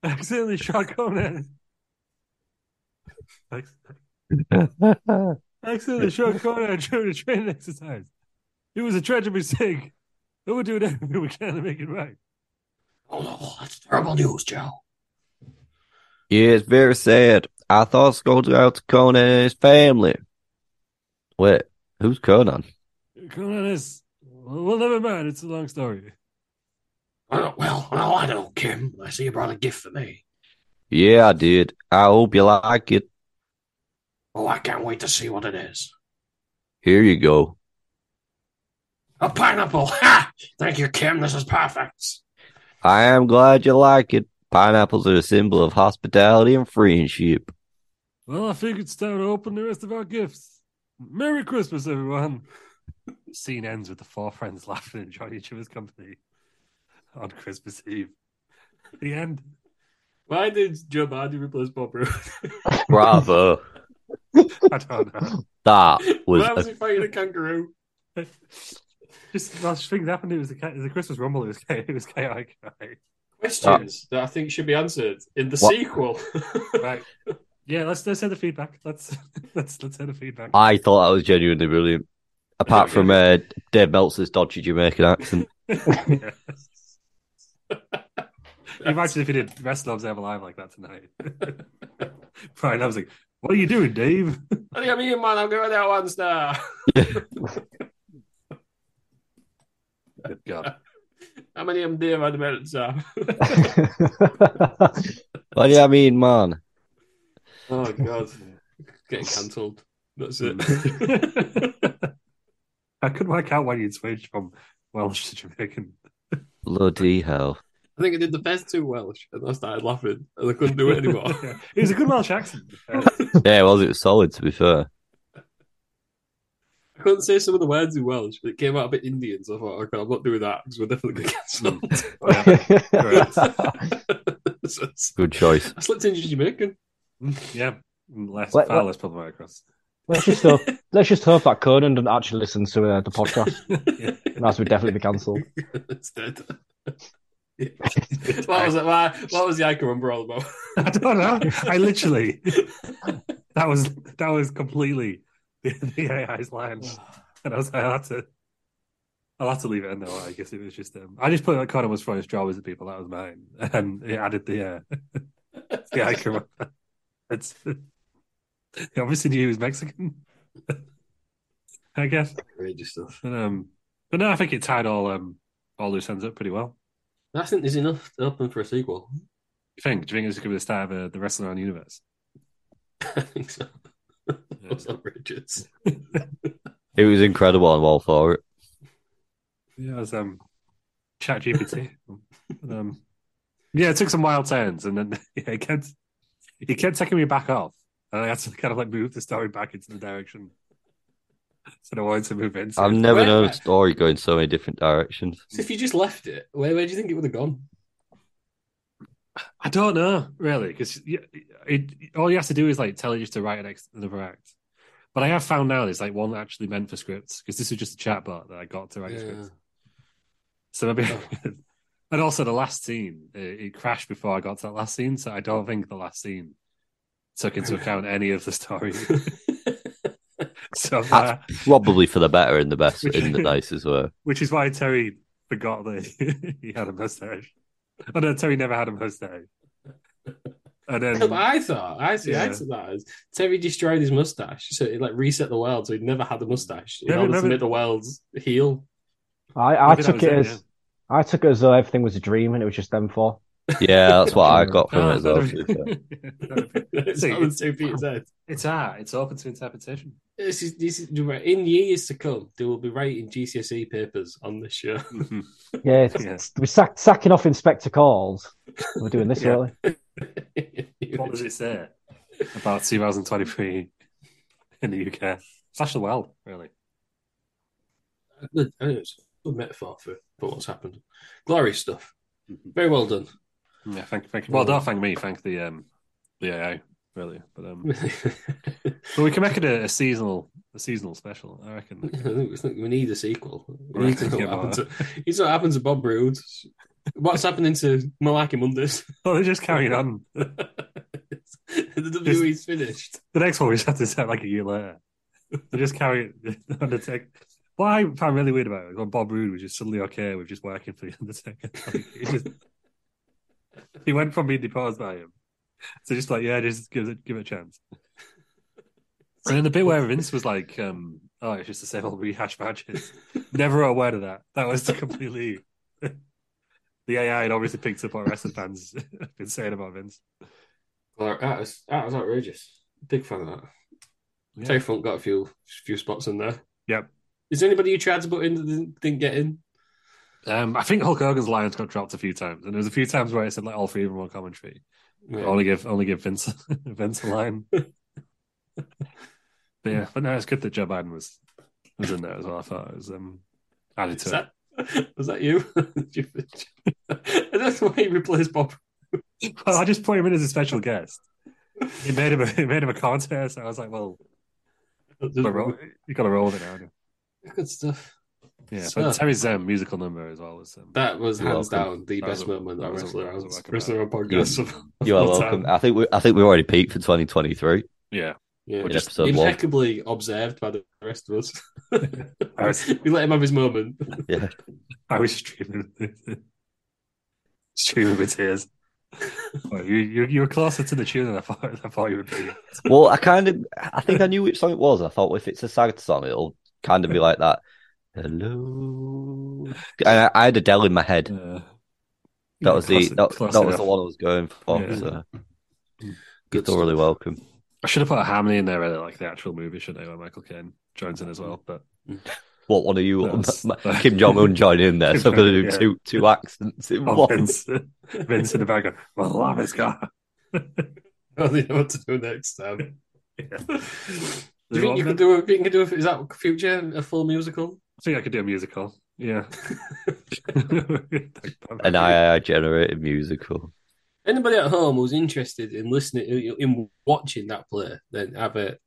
accidentally shot Conan. Ac- accidentally shot Conan during a training exercise. It was a tragic mistake. But we're doing everything we can to make it right.
Oh, no. That's terrible news, Joe.
Yeah, it's very sad. I thought Skull out to Conan and his family. Wait, who's Conan?
Conan is. Well, never mind. It's a long story.
Well, Uh, well, well, I know, Kim. I see you brought a gift for me.
Yeah, I did. I hope you like it.
Oh, I can't wait to see what it is.
Here you go.
A pineapple. Ha! Thank you, Kim. This is perfect.
I am glad you like it. Pineapples are a symbol of hospitality and friendship.
Well, I figured it's time to open the rest of our gifts. Merry Christmas, everyone. Scene ends with the four friends laughing and enjoying each other's company on Christmas Eve. The end.
Why did Joe Bardi replace Bob Root?
Bravo.
I don't know.
That was
Why was
a-
he fighting a kangaroo?
Just last thing that happened. It was a, it was a Christmas rumble. It was, cha- it was chaotic. Right?
Questions
Oh.
that I think should be answered in the
What?
sequel.
right. Yeah, let's let's hear the feedback. Let's let's let's hear the feedback.
I thought that was genuinely brilliant. Apart from uh, Dave Meltzer's dodgy Jamaican accent.
Imagine if he did Rest Loves Ever Live like that tonight. Brian, I was like, "What are you doing, Dave?"
Look at me, man. I'm going out one star.
Good God.
How many MD have I debated, Sam?
what do you mean, man?
oh, God. Getting cancelled. That's it.
Mm. I couldn't work out why you'd switch from Welsh to Jamaican.
Bloody hell.
I think I did the best two Welsh, and I started laughing, and I couldn't do it anymore.
Yeah. It was a good Welsh accent. Uh,
Yeah, it was. It was solid, to be fair.
I couldn't say some of the words in Welsh, but it came out a bit Indian, so I thought, okay, I'm not doing that because we're definitely going
Hmm.
to cancelled. So it's-
Good choice.
I slipped into Jamaican.
yeah, less
What-
far
what-
less problematic across.
Let's just hope. let's just hope that Conan doesn't actually listen to uh, the podcast. And That's would definitely be cancelled.
it's dead. what was it? Why, what was the icon remember all about?
I don't know. I literally that was that was completely the, the AI's line, and I was like, I had to. I'll have to leave it in there. I guess it was just um, I just put like Conan was throwing strawberries at people. That was mine, and it added the uh, the icon. It's he obviously knew he was Mexican. I guess,
Outrageous stuff.
and, um, but no, I think it tied all um all loose ends up pretty well.
I think there's enough to open for a sequel.
You think? Do you think this could be the start of uh, the Wrestling Around Universe?
I think so. That was outrageous.
It was incredible. I'm all for it.
Yeah, it was um, Chat GPT. um, yeah, it took some wild turns, and then yeah, it kept it kept taking me back off, and I had to kind of like move the story back into the direction that I wanted to move into.
I've never
Where-
known a story going so many different directions.
So if you just left it, where, where do you think it would have gone?
I don't know really because it, it- all you have to do is like tell it just to write an ex- another act. But I have found now there's like one actually meant for scripts because this was just a chatbot that I got to write a script. So maybe,
Oh.
and also the last scene, it, it crashed before I got to that last scene. So I don't think the last scene took into account any of the story. so uh,
That's probably for the better and the best in the nicest way.
which is why Terry forgot that he had a mustache. Oh no, Terry never had a mustache. And
But
then
I thought, I see, I
Yeah.
took that as Terry destroyed his mustache, so it like reset the world, so he'd never had a mustache in
Maybe-
order to
maybe-
make the world heal.
I, I
Maybe that
took
was
it
it,
as I took it as though everything was a dream and it was just them four.
Yeah, that's what I got from it
Ah,
as well.
that'd
to
be-
be fair.
It's
See,
not
it's-
what Saint Peter said.
it's art. It's open to interpretation.
This is, this is, in years to come, they will be writing GCSE E papers on this show.
Yeah, it's,
Mm-hmm. Yeah.
we're sack, sacking off Inspector Calls. We're doing this
Yeah.
early.
what does it say about 2023 in the UK? Slash the world, really.
Good- I mean, it's a good metaphor for, for what's happened. Glorious stuff. Very well done.
Mm-hmm. Yeah, thank, thank you. Well, don't thank me. Thank the um, the AI, really. But um,
I
but we can make it a, a seasonal, a seasonal special. I reckon.
think- I think we need a sequel. We need to know
Yeah,
what happened to,
uh,
it's what happened to Bob Roode. What's happening to Malaki Mundus?
Oh, they're just carrying on.
the WWE's finished.
The next one we just have to set like a year later. They just carry the Undertaker. What I found really weird about it was when Bob Roode was just suddenly okay with just working for the Undertaker. Like, he, just, he went from being deposed by him So just like, yeah, just give it give it a chance. And then the bit where Vince was like, um, oh, it's just the same old rehash matches. Never aware of that. That was completely the AI had obviously picked up what wrestling fans have been saying about Vince.
Well, that was that was outrageous. Big fan of that.
Yeah.
Terry Funk got a few few spots in there.
Yep.
Is there anybody you tried to put in that didn't, didn't get in?
Um, I think Hulk Hogan's lines got dropped a few times, and there was a few times where I said like all three of them were on commentary.
Yeah.
Only give only give Vince Vince a line. but yeah, but no, it's good that Joe Biden was was in there as well. I thought it was um added to
Is
it.
that, was that you? That's why he replaced Bob.
Well, I just put him in as a special guest. It made him a, it made him a contest. I was like, well, gotta roll- you got to roll with it now. haven't
Good stuff.
you? Yeah,
So-
but Terry's um, musical number as well was um,
That was
You're
hands
welcome.
down the
That
best
was a-
moment
that
that
was a-
wrestler
that was a
has
welcome
wrestler on podcast. of- of
You are
all time.
welcome. um, I think we I think we already peaked for 2023.
yeah.
Yeah,
In
just
episode one.
impeccably observed by the rest of us.
I was,
we let him have his moment.
Yeah,
I was streaming, streaming with tears. Well, you, you you were closer to the tune than I thought, than I thought you would be.
well, I kind of I think I knew which song it was. I thought well, if it's a sad song, it'll kind of be like that. Hello, and I, I had Adele in my head.
Uh,
That was the
close-
that,
close
that was
enough.
the one I was going for.
Yeah.
So you're
Good
thoroughly
stuff.
welcome.
I should have put a harmony in there, really, like the actual movie, shouldn't I? Where Michael Caine joins in as well. But
What one of you?
That's-
Ma- Ma- Kim Jong Un joined in there, so I'm going to do
Yeah.
two two accents in
oh,
one.
Vince, Vince in the background. Well, love is gone.
I don't know what to do next time. Do you
There's
think you
one-
could do? A, you think you could do? A, is that future a full musical?
I think I could do a musical. Yeah.
An AI generated musical.
Anybody at home who's interested in listening in- in watching that play, then have it.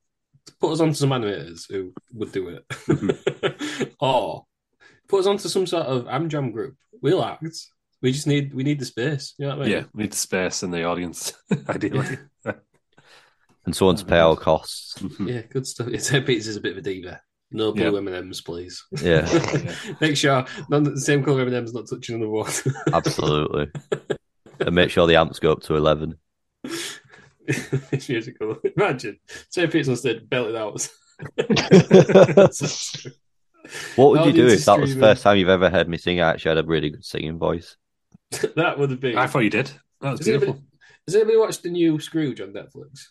Put us on to some animators who would do
Mm-hmm.
it, or put us onto some sort of Amjam group. We'll act. We just need we need the space. You know what I mean?
yeah, we need the space in the audience, ideally.
And someone to pay all costs.
Yeah, good stuff. Yeah, Ted Peters is a bit of a diva. No blue
Yeah.
M&Ms, please.
Yeah,
Make sure none the same colour M&Ms not touching on the wall.
absolutely. And make sure the amps go up to eleven.
it's musical. Imagine Ted Peters on stage belted out.
What would
No
you do
need to
if that was the
stream
first time you've ever heard me sing? I actually had a really good singing voice.
that would be.
I thought you did. That was
Has anybody-
beautiful.
Has anybody watched the new Scrooge on Netflix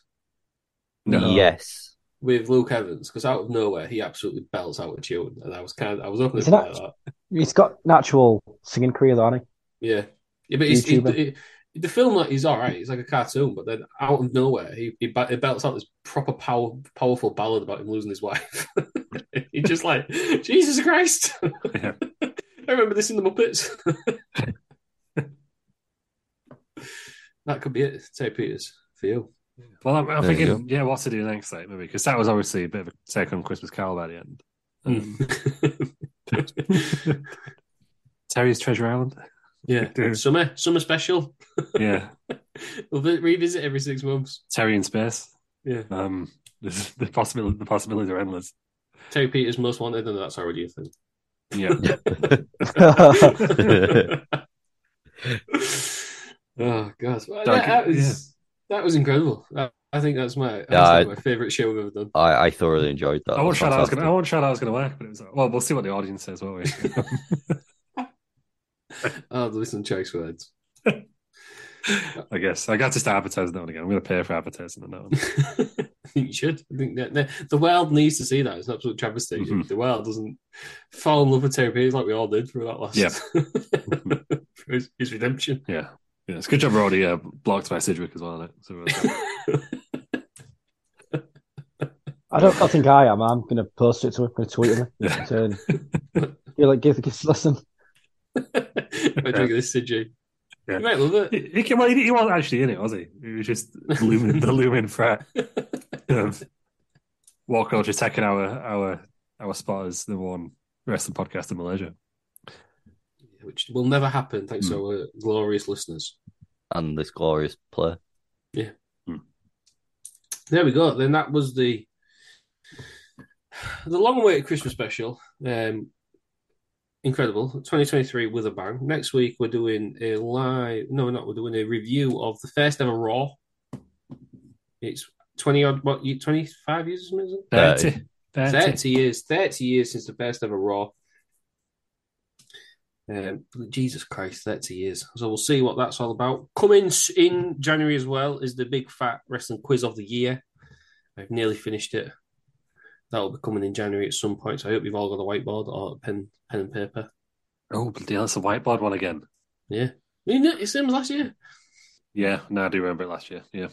No.
Yes.
with Luke Evans? Because out of nowhere, he absolutely belts out a tune, and I was kind of, I was hoping
Is
it
it
like
act-
that.
He's got an actual singing career, though, hasn't
Yeah, yeah, but he's, he,
YouTuber.
he- the film like, is all right. It's like a cartoon, but then out of nowhere, he he, ba- he belts out this proper power, powerful ballad about him losing his wife. He's just like Jesus Christ.
Yeah.
I remember this in the Muppets. that could be it, Tay Peters, for you.
Well, I'm, I'm
There you
thinking, yeah, what to do next, like, maybe, because that was obviously a bit of a take on Christmas Carol by the end.
Hmm.
Um, Terry's Treasure Island.
yeah,
Dude.
summer summer special.
Yeah.
We'll vi- revisit every six months.
Terry in space.
Yeah,
Um, this- the possibility, the possibilities are endless.
Terry Peters most wanted, and that's already a thing.
Yeah.
he?
oh god, Well,
Don't
that, that
give-
was that was incredible. That, I think that's my that's
Yeah,
like
I-
my favorite show Oh, we've ever done.
I, I thoroughly enjoyed that.
I
It
wasn't
was
sure that was
fantastic.
gonna. I wasn't sure that was gonna work, but it was. Like, well, we'll see what the audience says, won't we?
Oh, the listen choice words.
I guess I got to start advertising that one again. I'm gonna pay for advertising on that one.
I think you should. I think that, that- the world needs to see that. It's an absolute travesty. if
Mhm.
The world doesn't fall in love with Terry Peters like we all did for that last.
Yeah.
for his, his redemption.
Yeah, yeah. It's a good job we're already uh, blocked by Sidgwick as well, isn't it? So we're-
I don't I think I am. I'm going to post it to him, going to tweet him.
Yeah.
Turn. You're like, give, give, listen.
I drink this, did you?
Yeah.
You might love it.
he, he, came- well, he, he wasn't actually in it, was he? He was just looming, the looming threat. of Walker just taking our our our spot as the one wrestling podcast in Malaysia.
Which will never happen, thanks to our glorious listeners.
And this glorious play.
There we go. Then that was the the long awaited Christmas special. Um incredible. 2023 with a bang. Next week we're doing a live no we're not we're doing a review of the first ever Raw It's twenty odd, what you twenty five years, isn't it?
Thirty.
30.
Thirty.
years, thirty years since the first ever Raw. Um, Jesus Christ, thirty years. So we'll see what that's all about. Coming s- in January as well is the big fat wrestling quiz of the year. I've nearly finished it. That will be coming in January at some point. So I hope you've all got a whiteboard or pen, pen and paper.
Oh, bloody hell, that's the whiteboard one again.
Yeah, isn't it? It's same as last year.
Yeah, no, I do remember it last year. Yeah.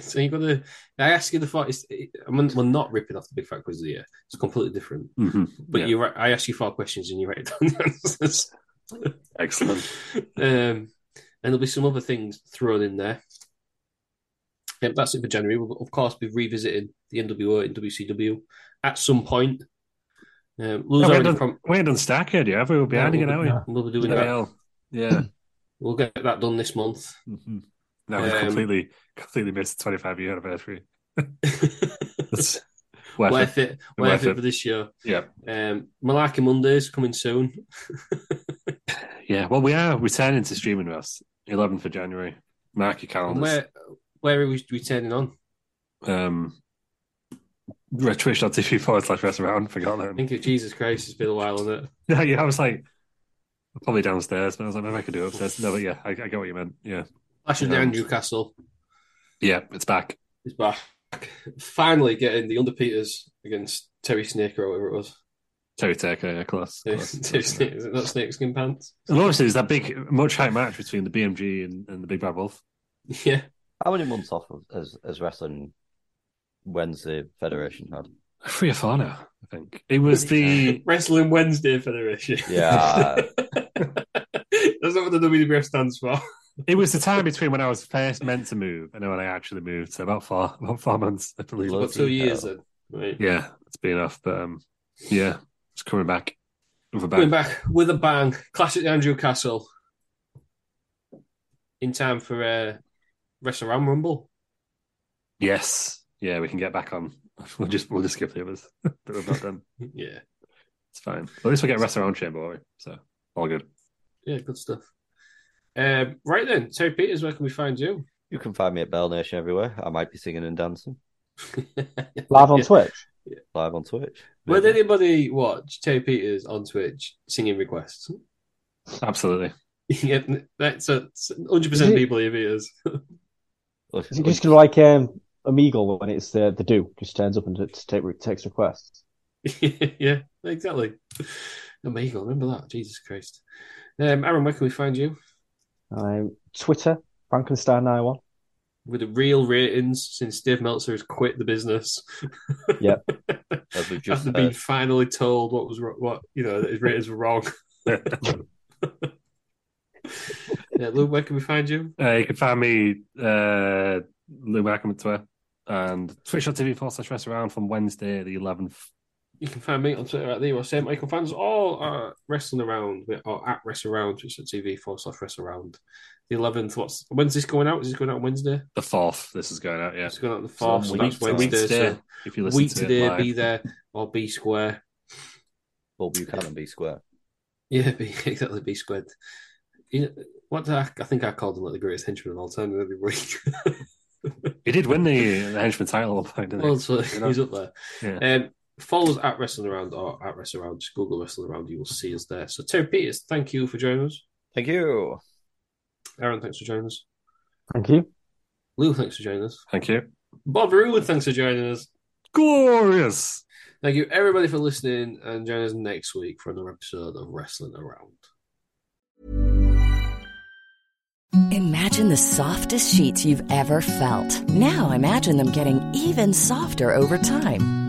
so you got to. I ask you the fight. It's, it, I mean, we're not ripping off the big fat quiz of the year. It's completely different. But
Mm-hmm. Yeah.
you, write- I ask you four questions and you write down the answers.
Excellent.
um, and there'll be some other things thrown in there. Yep, that's it for January. We'll of course be revisiting the NWO and WCW at some point. Um,
No,
Lou's
we, ain't
already
done,
prom-
we ain't done Starcade yet, have we? We're behind
Yeah,
again,
we'll,
are we?
We'll be doing
Bloody
that.
hell. Yeah.
We'll get that done this month.
Mhm. No, we've
Um,
completely, completely missed the 25 year anniversary. That's
Worth, it. Worth, it for this show.
Yeah.
Um, Malaki Mondays coming soon.
Yeah. Well, we are returning to streaming, Russ. 11th of January. Mark your
And
calendars.
where where are we, we turning on?
Um, twitch.tv forward slash wrestle around. Forgot
I
that.
think of Jesus Christ, it's been a while, isn't it?
No, yeah, I was like, probably downstairs, but I was like, maybe I could do it upstairs. No, but yeah, I, I get what you meant. Yeah.
Clash of the
Um,
Andrew Castle
Yeah, it's back.
is back. Finally getting the Underpeters against Terry Snake or whatever it was.
Terry Taker, yeah, class.
Terry
class.
Terry Snake, is it not Snakeskin Pants?
And obviously, there's that big, much hype match between the BMG and, and the Big Bad Wolf.
Yeah.
How many months off of- as as wrestling Wednesday Federation had?
Three or four now, I think. It was the.
Wrestling Wednesday Federation.
Yeah,
That's not what the WWF stands for.
It was the time between when I was first meant to move and when I actually moved. So about four, about four months, I believe.
About two years then. Right.
Yeah, it's been off, but um, yeah, it's coming back. We're back.
Coming back with a bang. Clash at the Andrew Castle. In time for uh, Wrestle Round Rumble.
Yes, yeah, we can get back on. We'll just we'll just skip the others that we've not done.
Yeah.
It's fine. At least we get rest around chamber, won't we? so all good.
Yeah, good stuff. Um, right then, Terry Peters, where can we find you?
you can find me at Bell Nation everywhere. I might be singing and dancing
Live on
Yeah.
Twitch.
live on Twitch.
Would anybody watch Terry Peters on Twitch singing requests?
Absolutely.
yeah, that's a
Is
hundred percent
it-
people here Peters.
Look,
Is it just gonna like um, Omegle when it's the the do just turns up and t- t- take, takes requests?
yeah, exactly. Oh, Omegle, remember that? Jesus Christ. Um, Aaron, where can we find you?
Um, Twitter Frankenstein nine one.
With the real ratings since Dave Meltzer has quit the business.
Yep.
as we've just
After
heard,
being finally told what was ro- what you know that his ratings were wrong. yeah, Luke, where can we find you?
Uh, you can find me uh, Lou Markham at Twitter and twitch.tv forward slash rest around from Wednesday the eleventh.
You can find me on Twitter at the or Sam Michael fans all uh, wrestling around or at wrestle around, which is TV forward slash wrestle around. The eleventh. What's when's this going out? Is this going out on Wednesday?
The fourth. This is going out. Yeah.
It's going out on the fourth. So,
Week
that's
today,
Wednesday. So
if you listen
week
to
today,
it live.
be there or be square.
Bob Buchanan be square.
Yeah, be, exactly. Be squared. You know, what did I, I think I called him like the greatest henchman of all time every week.
He did win the, the henchman title at one point, didn't he?
Also,
You know?
he's up there.
Yeah.
Um, follow us at Wrestling Around or at Wrestling Around. Just Google Wrestling Around. You will see us there. So, Terry Peters, thank you for joining us.
Thank you.
Aaron, thanks for joining us.
Thank you.
Lou, thanks for joining us.
Thank you.
Bob Rulin, thanks for joining us.
Glorious.
Thank you, everybody, for listening and join us next week for another episode of Wrestling Around.
Imagine the softest sheets you've ever felt. Now imagine them getting even softer over time.